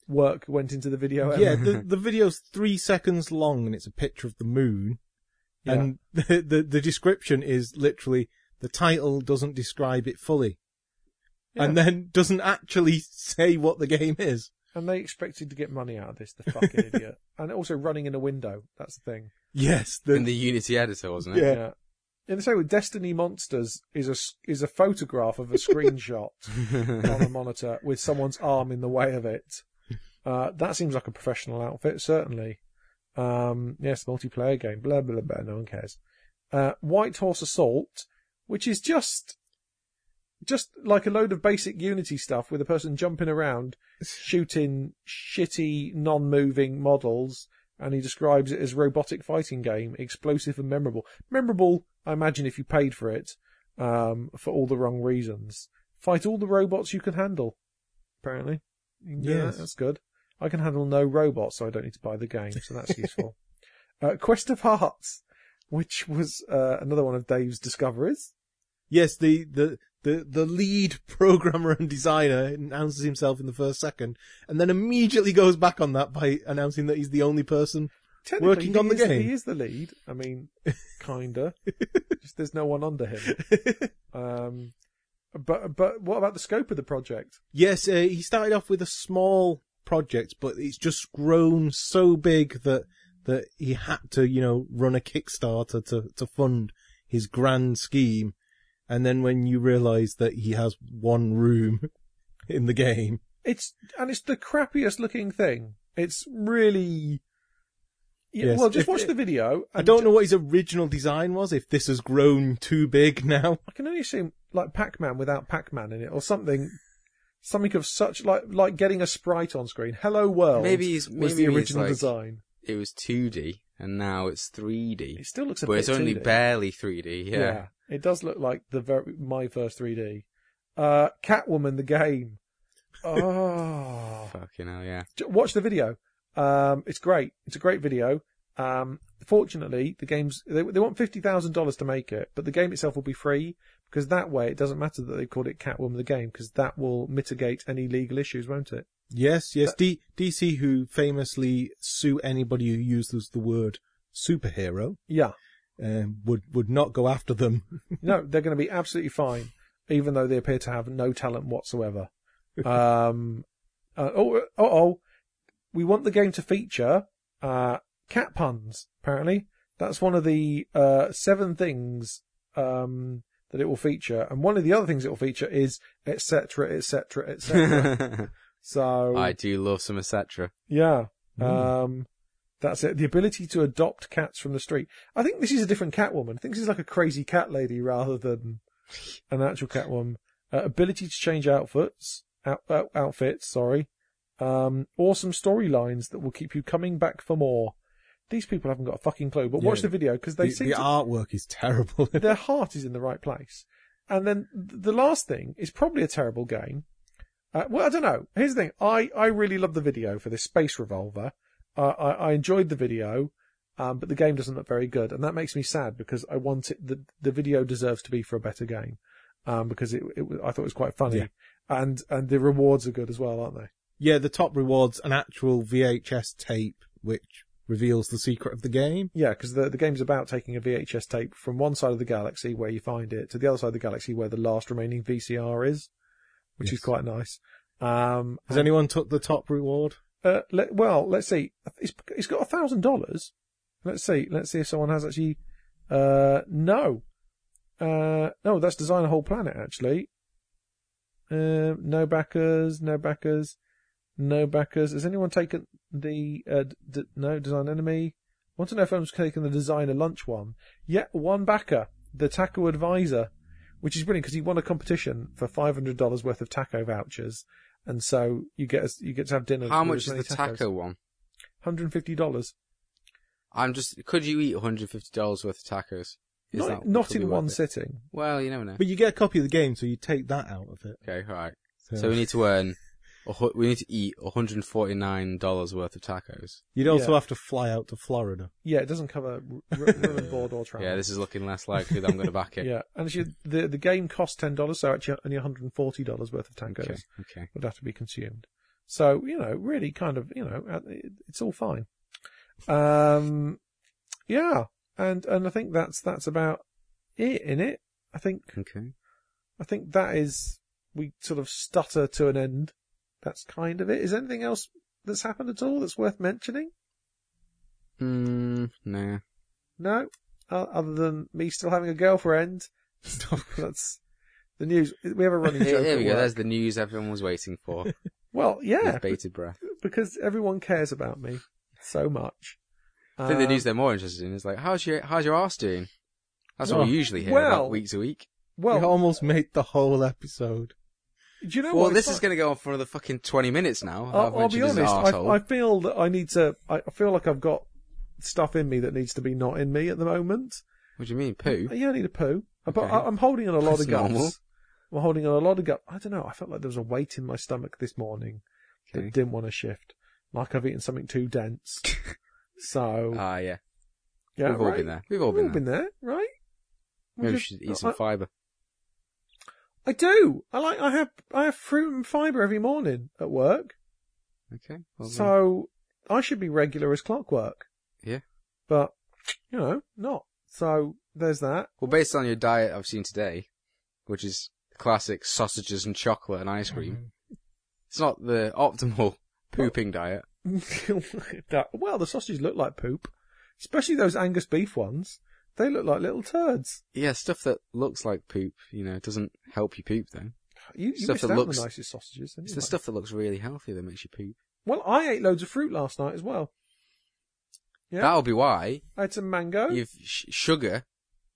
S1: work went into the video. Ever.
S3: Yeah, the, the video's three seconds long and it's a picture of the moon.
S1: Yeah.
S3: And the, the, the description is literally, the title doesn't describe it fully. And
S1: Yeah.
S3: then doesn't actually say what the game is.
S1: and they expected to get money out of this, the fucking idiot. And also running in a window. That's the thing.
S3: Yes,
S2: In the Unity editor, wasn't it?
S3: Yeah.
S1: And the same with Destiny Monsters is a s- is a photograph of a screenshot on a monitor with someone's arm in the way of it. Uh, that seems like a professional outfit, certainly. Um, yes, multiplayer game. Blah blah blah. No one cares. Uh, White Horse Assault, which is just just like a load of basic Unity stuff with a person jumping around, shooting shitty, non-moving models, and he describes it as a robotic fighting game, explosive and memorable. Memorable, I imagine, if you paid for it, um, for all the wrong reasons. Fight all the robots you can handle, apparently. Yeah,
S3: Yes.
S1: that's good. I can handle no robots, so I don't need to buy the game, so that's useful. uh, Quest of Hearts, which was uh, another one of Dave's discoveries.
S3: Yes, the, the, the, the lead programmer and designer announces himself in the first second and then immediately goes back on that by announcing that he's the only person.
S1: Technically,
S3: Working
S1: he
S3: on the
S1: is-
S3: game.
S1: He is the lead. I mean, kinda. Just there's no one under him. Um, but but what about the scope of the project?
S3: Yes, uh, he started off with a small project, but it's just grown so big that that he had to, you know, run a Kickstarter to to fund his grand scheme. And then when you realise that he has one room in the game,
S1: It's and it's the crappiest looking thing. It's really Yeah,
S3: Yes.
S1: Well, just
S3: If-
S1: watch the video.
S3: I don't know what his original design was. If this has grown too big now,
S1: I can only assume like Pac-Man without Pac-Man in it, or something, something of such like like getting a sprite on screen. Hello world.
S2: Maybe he's-
S1: was
S2: maybe
S1: the
S2: he's
S1: original
S2: like-
S1: design.
S2: It was 2D and now it's 3D.
S1: It still looks a
S2: but
S1: bit.
S2: it's only
S1: 2D.
S2: barely 3D. Yeah.
S1: it does look like the very my first 3D. Uh, Catwoman the game. Oh,
S2: Fucking hell, yeah.
S1: J- watch the video. Um, it's great. It's a great video. Um, fortunately, the game's they, they want fifty thousand dollars to make it, but the game itself will be free because that way it doesn't matter that they called it Catwoman the game because that will mitigate any legal issues, won't it?
S3: yes, yes.
S1: That-
S3: D- DC, who famously sue anybody who uses the word superhero,
S1: Yeah.
S3: um, would would not go after them.
S1: No, they're going to be absolutely fine, even though they appear to have no talent whatsoever. Um, uh, oh, oh, oh, we want the game to feature uh, cat puns. Apparently, that's one of the uh, seven things um, that it will feature, and one of the other things it will feature is etc. etc. etc. So
S2: I do love some etc.
S1: yeah.
S3: Mm.
S1: Um, that's it. The ability to adopt cats from the street. I think this is a different Catwoman. I think this is like a crazy cat lady rather than an actual Catwoman. Uh, ability to change outfits, out, out, outfits, sorry. Um, awesome storylines that will keep you coming back for more. These people haven't got a fucking clue, but watch
S3: Yeah.
S1: the video because they
S3: the,
S1: seem
S3: the
S1: to
S3: artwork is terrible.
S1: their heart is in the right place. And then th- the last thing is probably a terrible game. Uh, well, I don't know. Here's the thing. I, I really love the video for this Space Revolver. Uh, I, I enjoyed the video, um, but the game doesn't look very good. And that makes me sad because I want it, the, the video deserves to be for a better game. Um, because it, it, was- I thought it was quite funny.
S3: Yeah.
S1: And, and the rewards are good as well, aren't they?
S3: yeah, the top rewards an actual VHS tape which reveals the secret of the game.
S1: Yeah, because the, the game's about taking a VHS tape from one side of the galaxy where you find it to the other side of the galaxy where the last remaining VCR is, which is
S3: Yes.
S1: quite nice. Um,
S3: Has anyone took the top reward?
S1: uh, let, well, let's see. It's, it's got a thousand dollars. Let's see. Let's see if someone has actually, uh, no. Uh, no, that's design a whole planet actually. Um, no backers, no backers, no backers. Has anyone taken the, uh, d- d- no, design enemy? Want to know if anyone's taken the designer lunch one? Yet one backer, the taco advisor, which is brilliant because he won a competition for $500 worth of taco vouchers. And so you get, a, you get to have dinner.
S2: How
S1: with
S2: much
S1: as
S2: is
S1: many
S2: the
S1: tacos.
S2: taco one?
S1: $150.
S2: I'm just. Could you eat 150 dollars worth of tacos? Is
S1: Not,
S2: that
S1: not in
S2: probably worth
S1: one
S2: it?
S1: sitting.
S2: Well, you never know.
S3: But you get a copy of the game, so you take that out of it.
S2: Okay, all right.
S3: So,
S2: So we need to earn. a hu- We need to eat 149 dollars worth of tacos.
S3: you'd also
S1: Yeah.
S3: have to fly out to Florida.
S1: Yeah, it doesn't cover r- r- room and board or travel.
S2: Yeah, this is looking less likely that I'm going to back it.
S1: Yeah, and actually, the, the game costs $10, so actually only $140 worth of tacos
S2: Okay. Okay.
S1: would have to be consumed. So, you know, really kind of, you know, uh, it- it's all fine. Um, yeah, and, and I think that's, that's about it in it. I think,
S2: Okay.
S1: I think that is, we sort of stutter to an end. That's kind of it. Is anything else that's happened at all that's worth mentioning?
S2: Hmm. Nah.
S1: No, o- other than me still having a girlfriend. That's the news. We have a running
S2: There
S1: joke.
S2: there
S1: at
S2: we go.
S1: work.
S2: There's the news everyone was waiting for.
S1: Well, yeah,
S2: With bated breath.
S1: because everyone cares about me so much.
S2: I think the
S1: Uh,
S2: news they're more interested in is like, how's your how's your arse doing? That's what
S3: Oh,
S2: we usually hear
S1: well,
S2: about week to week.
S3: Well, you
S1: Well,
S3: almost made the whole episode.
S1: do you know
S2: well,
S1: what?
S2: this
S1: It's
S2: is
S1: like-
S2: going to go on for another fucking 20 minutes now. I've
S1: I'll, I'll be
S2: mentioned his
S1: honest. I,
S2: arsehole.
S1: I feel that I need to. I I feel like I've got stuff in me that needs to be not in me at the moment.
S2: What do you mean, poo?
S1: Yeah, I need a poo. But
S2: Okay.
S1: I, I'm holding on a lot
S2: That's
S1: of guts.
S2: normal.
S1: I'm holding on a lot of guts. I don't know. I felt like there was a weight in my stomach this morning
S2: Okay.
S1: that didn't want to shift. Like I've eaten something too dense. so
S2: Ah, yeah.
S1: yeah,
S2: We've all
S1: right.
S2: been there. We've all been there.
S1: right? We
S2: Maybe we
S1: just-
S2: should eat some
S1: I-
S2: fibre.
S1: I do. I like. I have. I have fruit and fibre every morning at work.
S2: Okay. well then.
S1: so I should be regular as clockwork.
S2: Yeah.
S1: But you know, not. So there's that.
S2: Well, based on your diet I've seen today, which is classic sausages and chocolate and
S1: Mm-hmm.
S2: ice cream, it's not the optimal pooping diet.
S1: That- well, the sausages look like poop, especially those Angus beef ones. They look like little turds.
S2: Yeah, stuff that looks like poop, you know, doesn't help you poop though.
S1: You, you
S2: Stuff
S1: missed
S2: that
S1: out on
S2: looks-
S1: the nicest sausages.
S2: It's
S1: anyway.
S2: the stuff that looks really healthy that makes you poop.
S1: Well, I ate loads of fruit last night as well. Yeah. Oh.
S2: That'll be why
S1: I had some mango.
S2: you've sh- sugar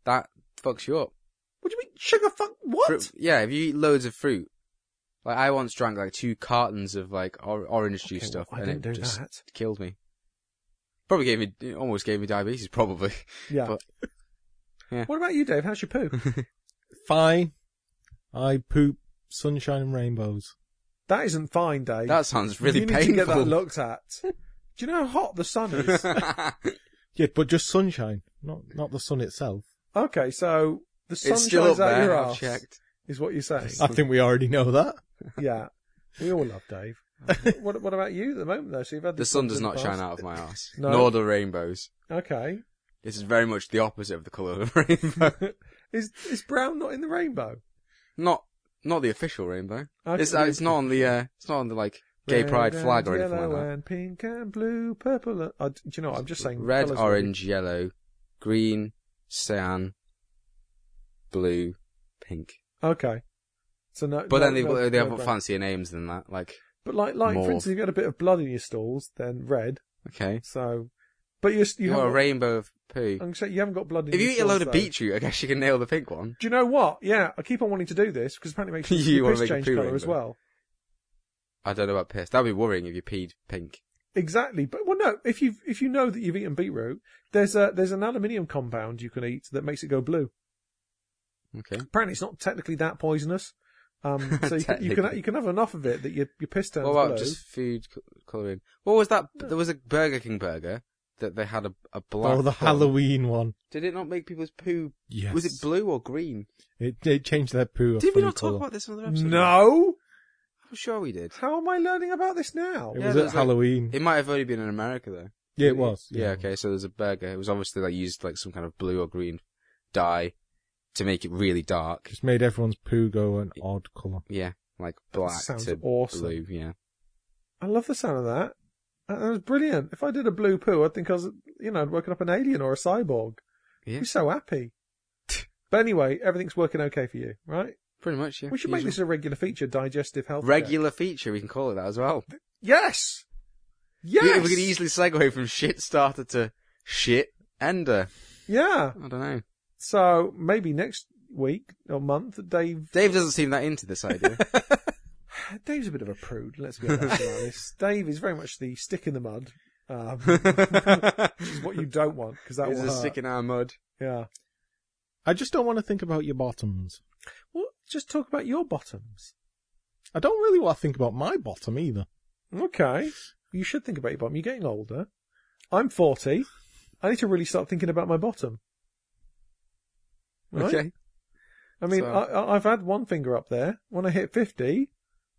S2: that fucks you up.
S1: What do you mean sugar? Fuck what?
S2: Fruit- yeah, if you eat loads of fruit, like I once drank like two cartons of like or- orange juice
S1: Okay,
S2: stuff,
S1: well, I
S2: and
S1: didn't
S2: it
S1: do
S2: just
S1: that.
S2: killed me. Probably gave me it almost gave me diabetes. Probably.
S1: Yeah.
S2: But- yeah.
S1: What about you, Dave? How's your poo?
S3: Fine. I poop sunshine and rainbows.
S1: that isn't fine, Dave.
S2: That sounds really
S1: you need
S2: painful.
S1: to get that looked at. Do you know how hot the sun is?
S3: Yeah, but just sunshine, not not the sun itself.
S1: okay, so the sun
S2: it's still up
S1: shines out
S2: there.
S1: your
S2: I've
S1: ass.
S2: checked.
S1: Is what you're saying?
S3: I think we already know that.
S1: yeah, we all love Dave. what, what about you at the moment though? So you've had
S2: The
S1: this
S2: sun
S1: in
S2: does
S1: the
S2: not
S1: past.
S2: shine out of my ass,
S1: No.
S2: nor do rainbows.
S1: Okay,
S2: This is very much the opposite of the colour of a rainbow.
S1: is is brown not in the rainbow?
S2: not, not the official rainbow.
S1: Okay.
S2: It's, uh, it's not on the, uh, it's not on the like gay pride
S1: Red
S2: flag or
S1: and
S2: anything like
S1: yellow
S2: that.
S1: And pink and blue, purple. And, uh, do you know? what? I'm just saying.
S2: Red,
S1: colours-
S2: orange, yellow, green, cyan, blue, pink.
S1: Okay. So no, no-
S2: But then they,
S1: no-
S2: they
S1: no
S2: have
S1: brown.
S2: fancier names than that. Like,
S1: But like, like
S2: Mauve.
S1: for instance, if you had a bit of blood in your stalls, then red.
S2: okay,
S1: So, but you're, you
S2: you
S1: haven't
S2: got a
S1: got-
S2: rainbow of
S1: I'm
S2: poo.
S1: gonna say you haven't got blood in
S2: If
S1: your
S2: you eat a load
S1: stalls,
S2: of
S1: though.
S2: beetroot, I guess you can nail the pink one.
S1: Do you know what? Yeah, I keep on wanting to do this because apparently it makes
S2: You
S1: your
S2: wanna
S1: piss
S2: make a
S1: change
S2: poo
S1: colour as
S2: rainbow.
S1: well.
S2: I don't know about piss. That'd be worrying if you peed pink.
S1: Exactly, but well, no. If you if you know that you've eaten beetroot, there's a there's an aluminium compound you can eat that makes it go blue.
S2: Okay.
S1: Apparently, it's not technically that poisonous. Um, so you, can- you can
S2: Technically.
S1: you can have enough of it that your your piss turns
S2: What about
S1: blue.
S2: just food co- colouring? What was that? There was a Burger King burger that they had a, a black.
S3: oh, the
S2: one.
S3: Halloween one.
S2: Did it not make people's poo?
S3: Yes.
S2: Was it blue or green?
S3: It, it changed their poo. a
S2: Did we
S3: funny
S2: not talk
S3: colour.
S2: about this on the episode?
S1: No,
S2: I'm sure we did.
S1: how am I learning about this now?
S3: It
S2: Yeah,
S3: was
S2: that was
S3: at
S2: like-
S3: Halloween.
S2: It might have only been in America though.
S3: yeah, it was.
S2: Yeah. okay. So there's a burger. It was obviously they used like some kind of blue or green dye to make it really dark.
S3: Just made everyone's poo go an odd colour.
S2: Yeah, like black
S1: sounds
S2: to
S1: awesome.
S2: blue. Yeah.
S1: I love the sound of that. That that was brilliant. If I did a blue poo, I'd think I was, you know, I'd woken up an alien or a cyborg.
S2: Yeah.
S1: You're so happy. but anyway, everything's working okay for you, right?
S2: Pretty much. Yeah.
S1: we should make
S2: Usual.
S1: this a regular feature, digestive health. check.
S2: regular feature. We can call it that as well.
S1: Yes!
S2: We-
S1: Yes!
S2: We, could easily segue from shit starter to shit ender.
S1: Yeah.
S2: I don't know.
S1: So maybe next week or month, Dave.
S2: Dave doesn't seem that into this idea.
S1: Dave's a bit of a prude, let's be honest about this. Dave is very much the stick in the mud. Um, which is
S2: He's
S1: what you don't want, because that will
S2: a
S1: hurt.
S2: stick in our mud.
S1: Yeah.
S3: I just don't want to think about your bottoms.
S1: Well, just talk about your bottoms.
S3: I don't really want to think about my bottom either.
S1: Okay. You should think about your bottom. You're getting older. I'm 40. I need to really start thinking about my bottom. Right?
S2: Okay.
S1: I mean,
S2: So-
S1: I I, I've had one finger up there. When I hit 50,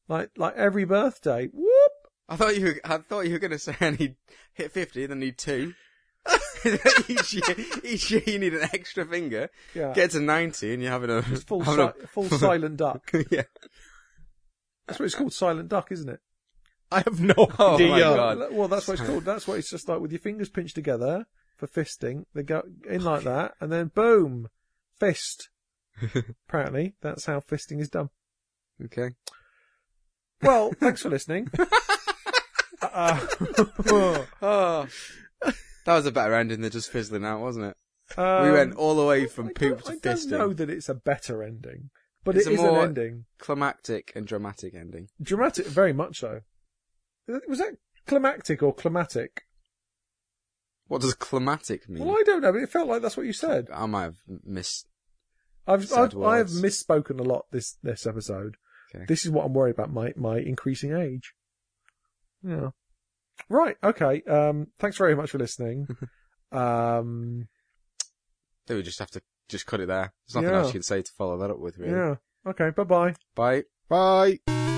S1: like, like every birthday, whoop!
S2: I thought you. Were, I thought you were going to say I need hit fifty, then need two. each, year, each year you need an extra finger.
S1: Yeah.
S2: Get to ninety, and you're having a
S1: It's full,
S2: having
S1: si- full silent duck.
S2: a, yeah.
S1: That's what it's called, silent duck, isn't it?
S3: I have no
S2: Oh
S3: idea.
S2: my God.
S1: Well, well, that's what it's
S2: Sorry.
S1: called. That's what it's just like with your fingers pinched together for fisting. They go in like that, and then boom, fist. Apparently, that's how fisting is done.
S2: Okay.
S1: Well, thanks for listening. uh,
S2: Oh, that was a better ending than just fizzling out, wasn't it?
S1: um,
S2: we went all the way from
S1: I
S2: poop
S1: don't-
S2: to
S1: I don't know
S2: fisting.
S1: that it's a better ending, but
S2: It's
S1: it
S2: a
S1: is
S2: more-
S1: an ending.
S2: Climactic and dramatic ending.
S1: Dramatic, very much so. Was that climactic or climatic?
S2: What does climatic mean?
S1: Well, I don't know, but it felt like that's what you said.
S2: I might have missed.
S1: I've,
S2: Sad
S1: I've I have
S2: words.
S1: misspoken a lot this this episode.
S2: Okay.
S1: This is what I'm worried about my my increasing age. Yeah. Right. Okay. Um. Thanks very much for listening. um.
S2: Then we just have to just cut it there. There's nothing
S1: Yeah.
S2: else you can say to follow that up with, really.
S1: Yeah. Okay. Bye bye.
S2: Bye.
S3: Bye.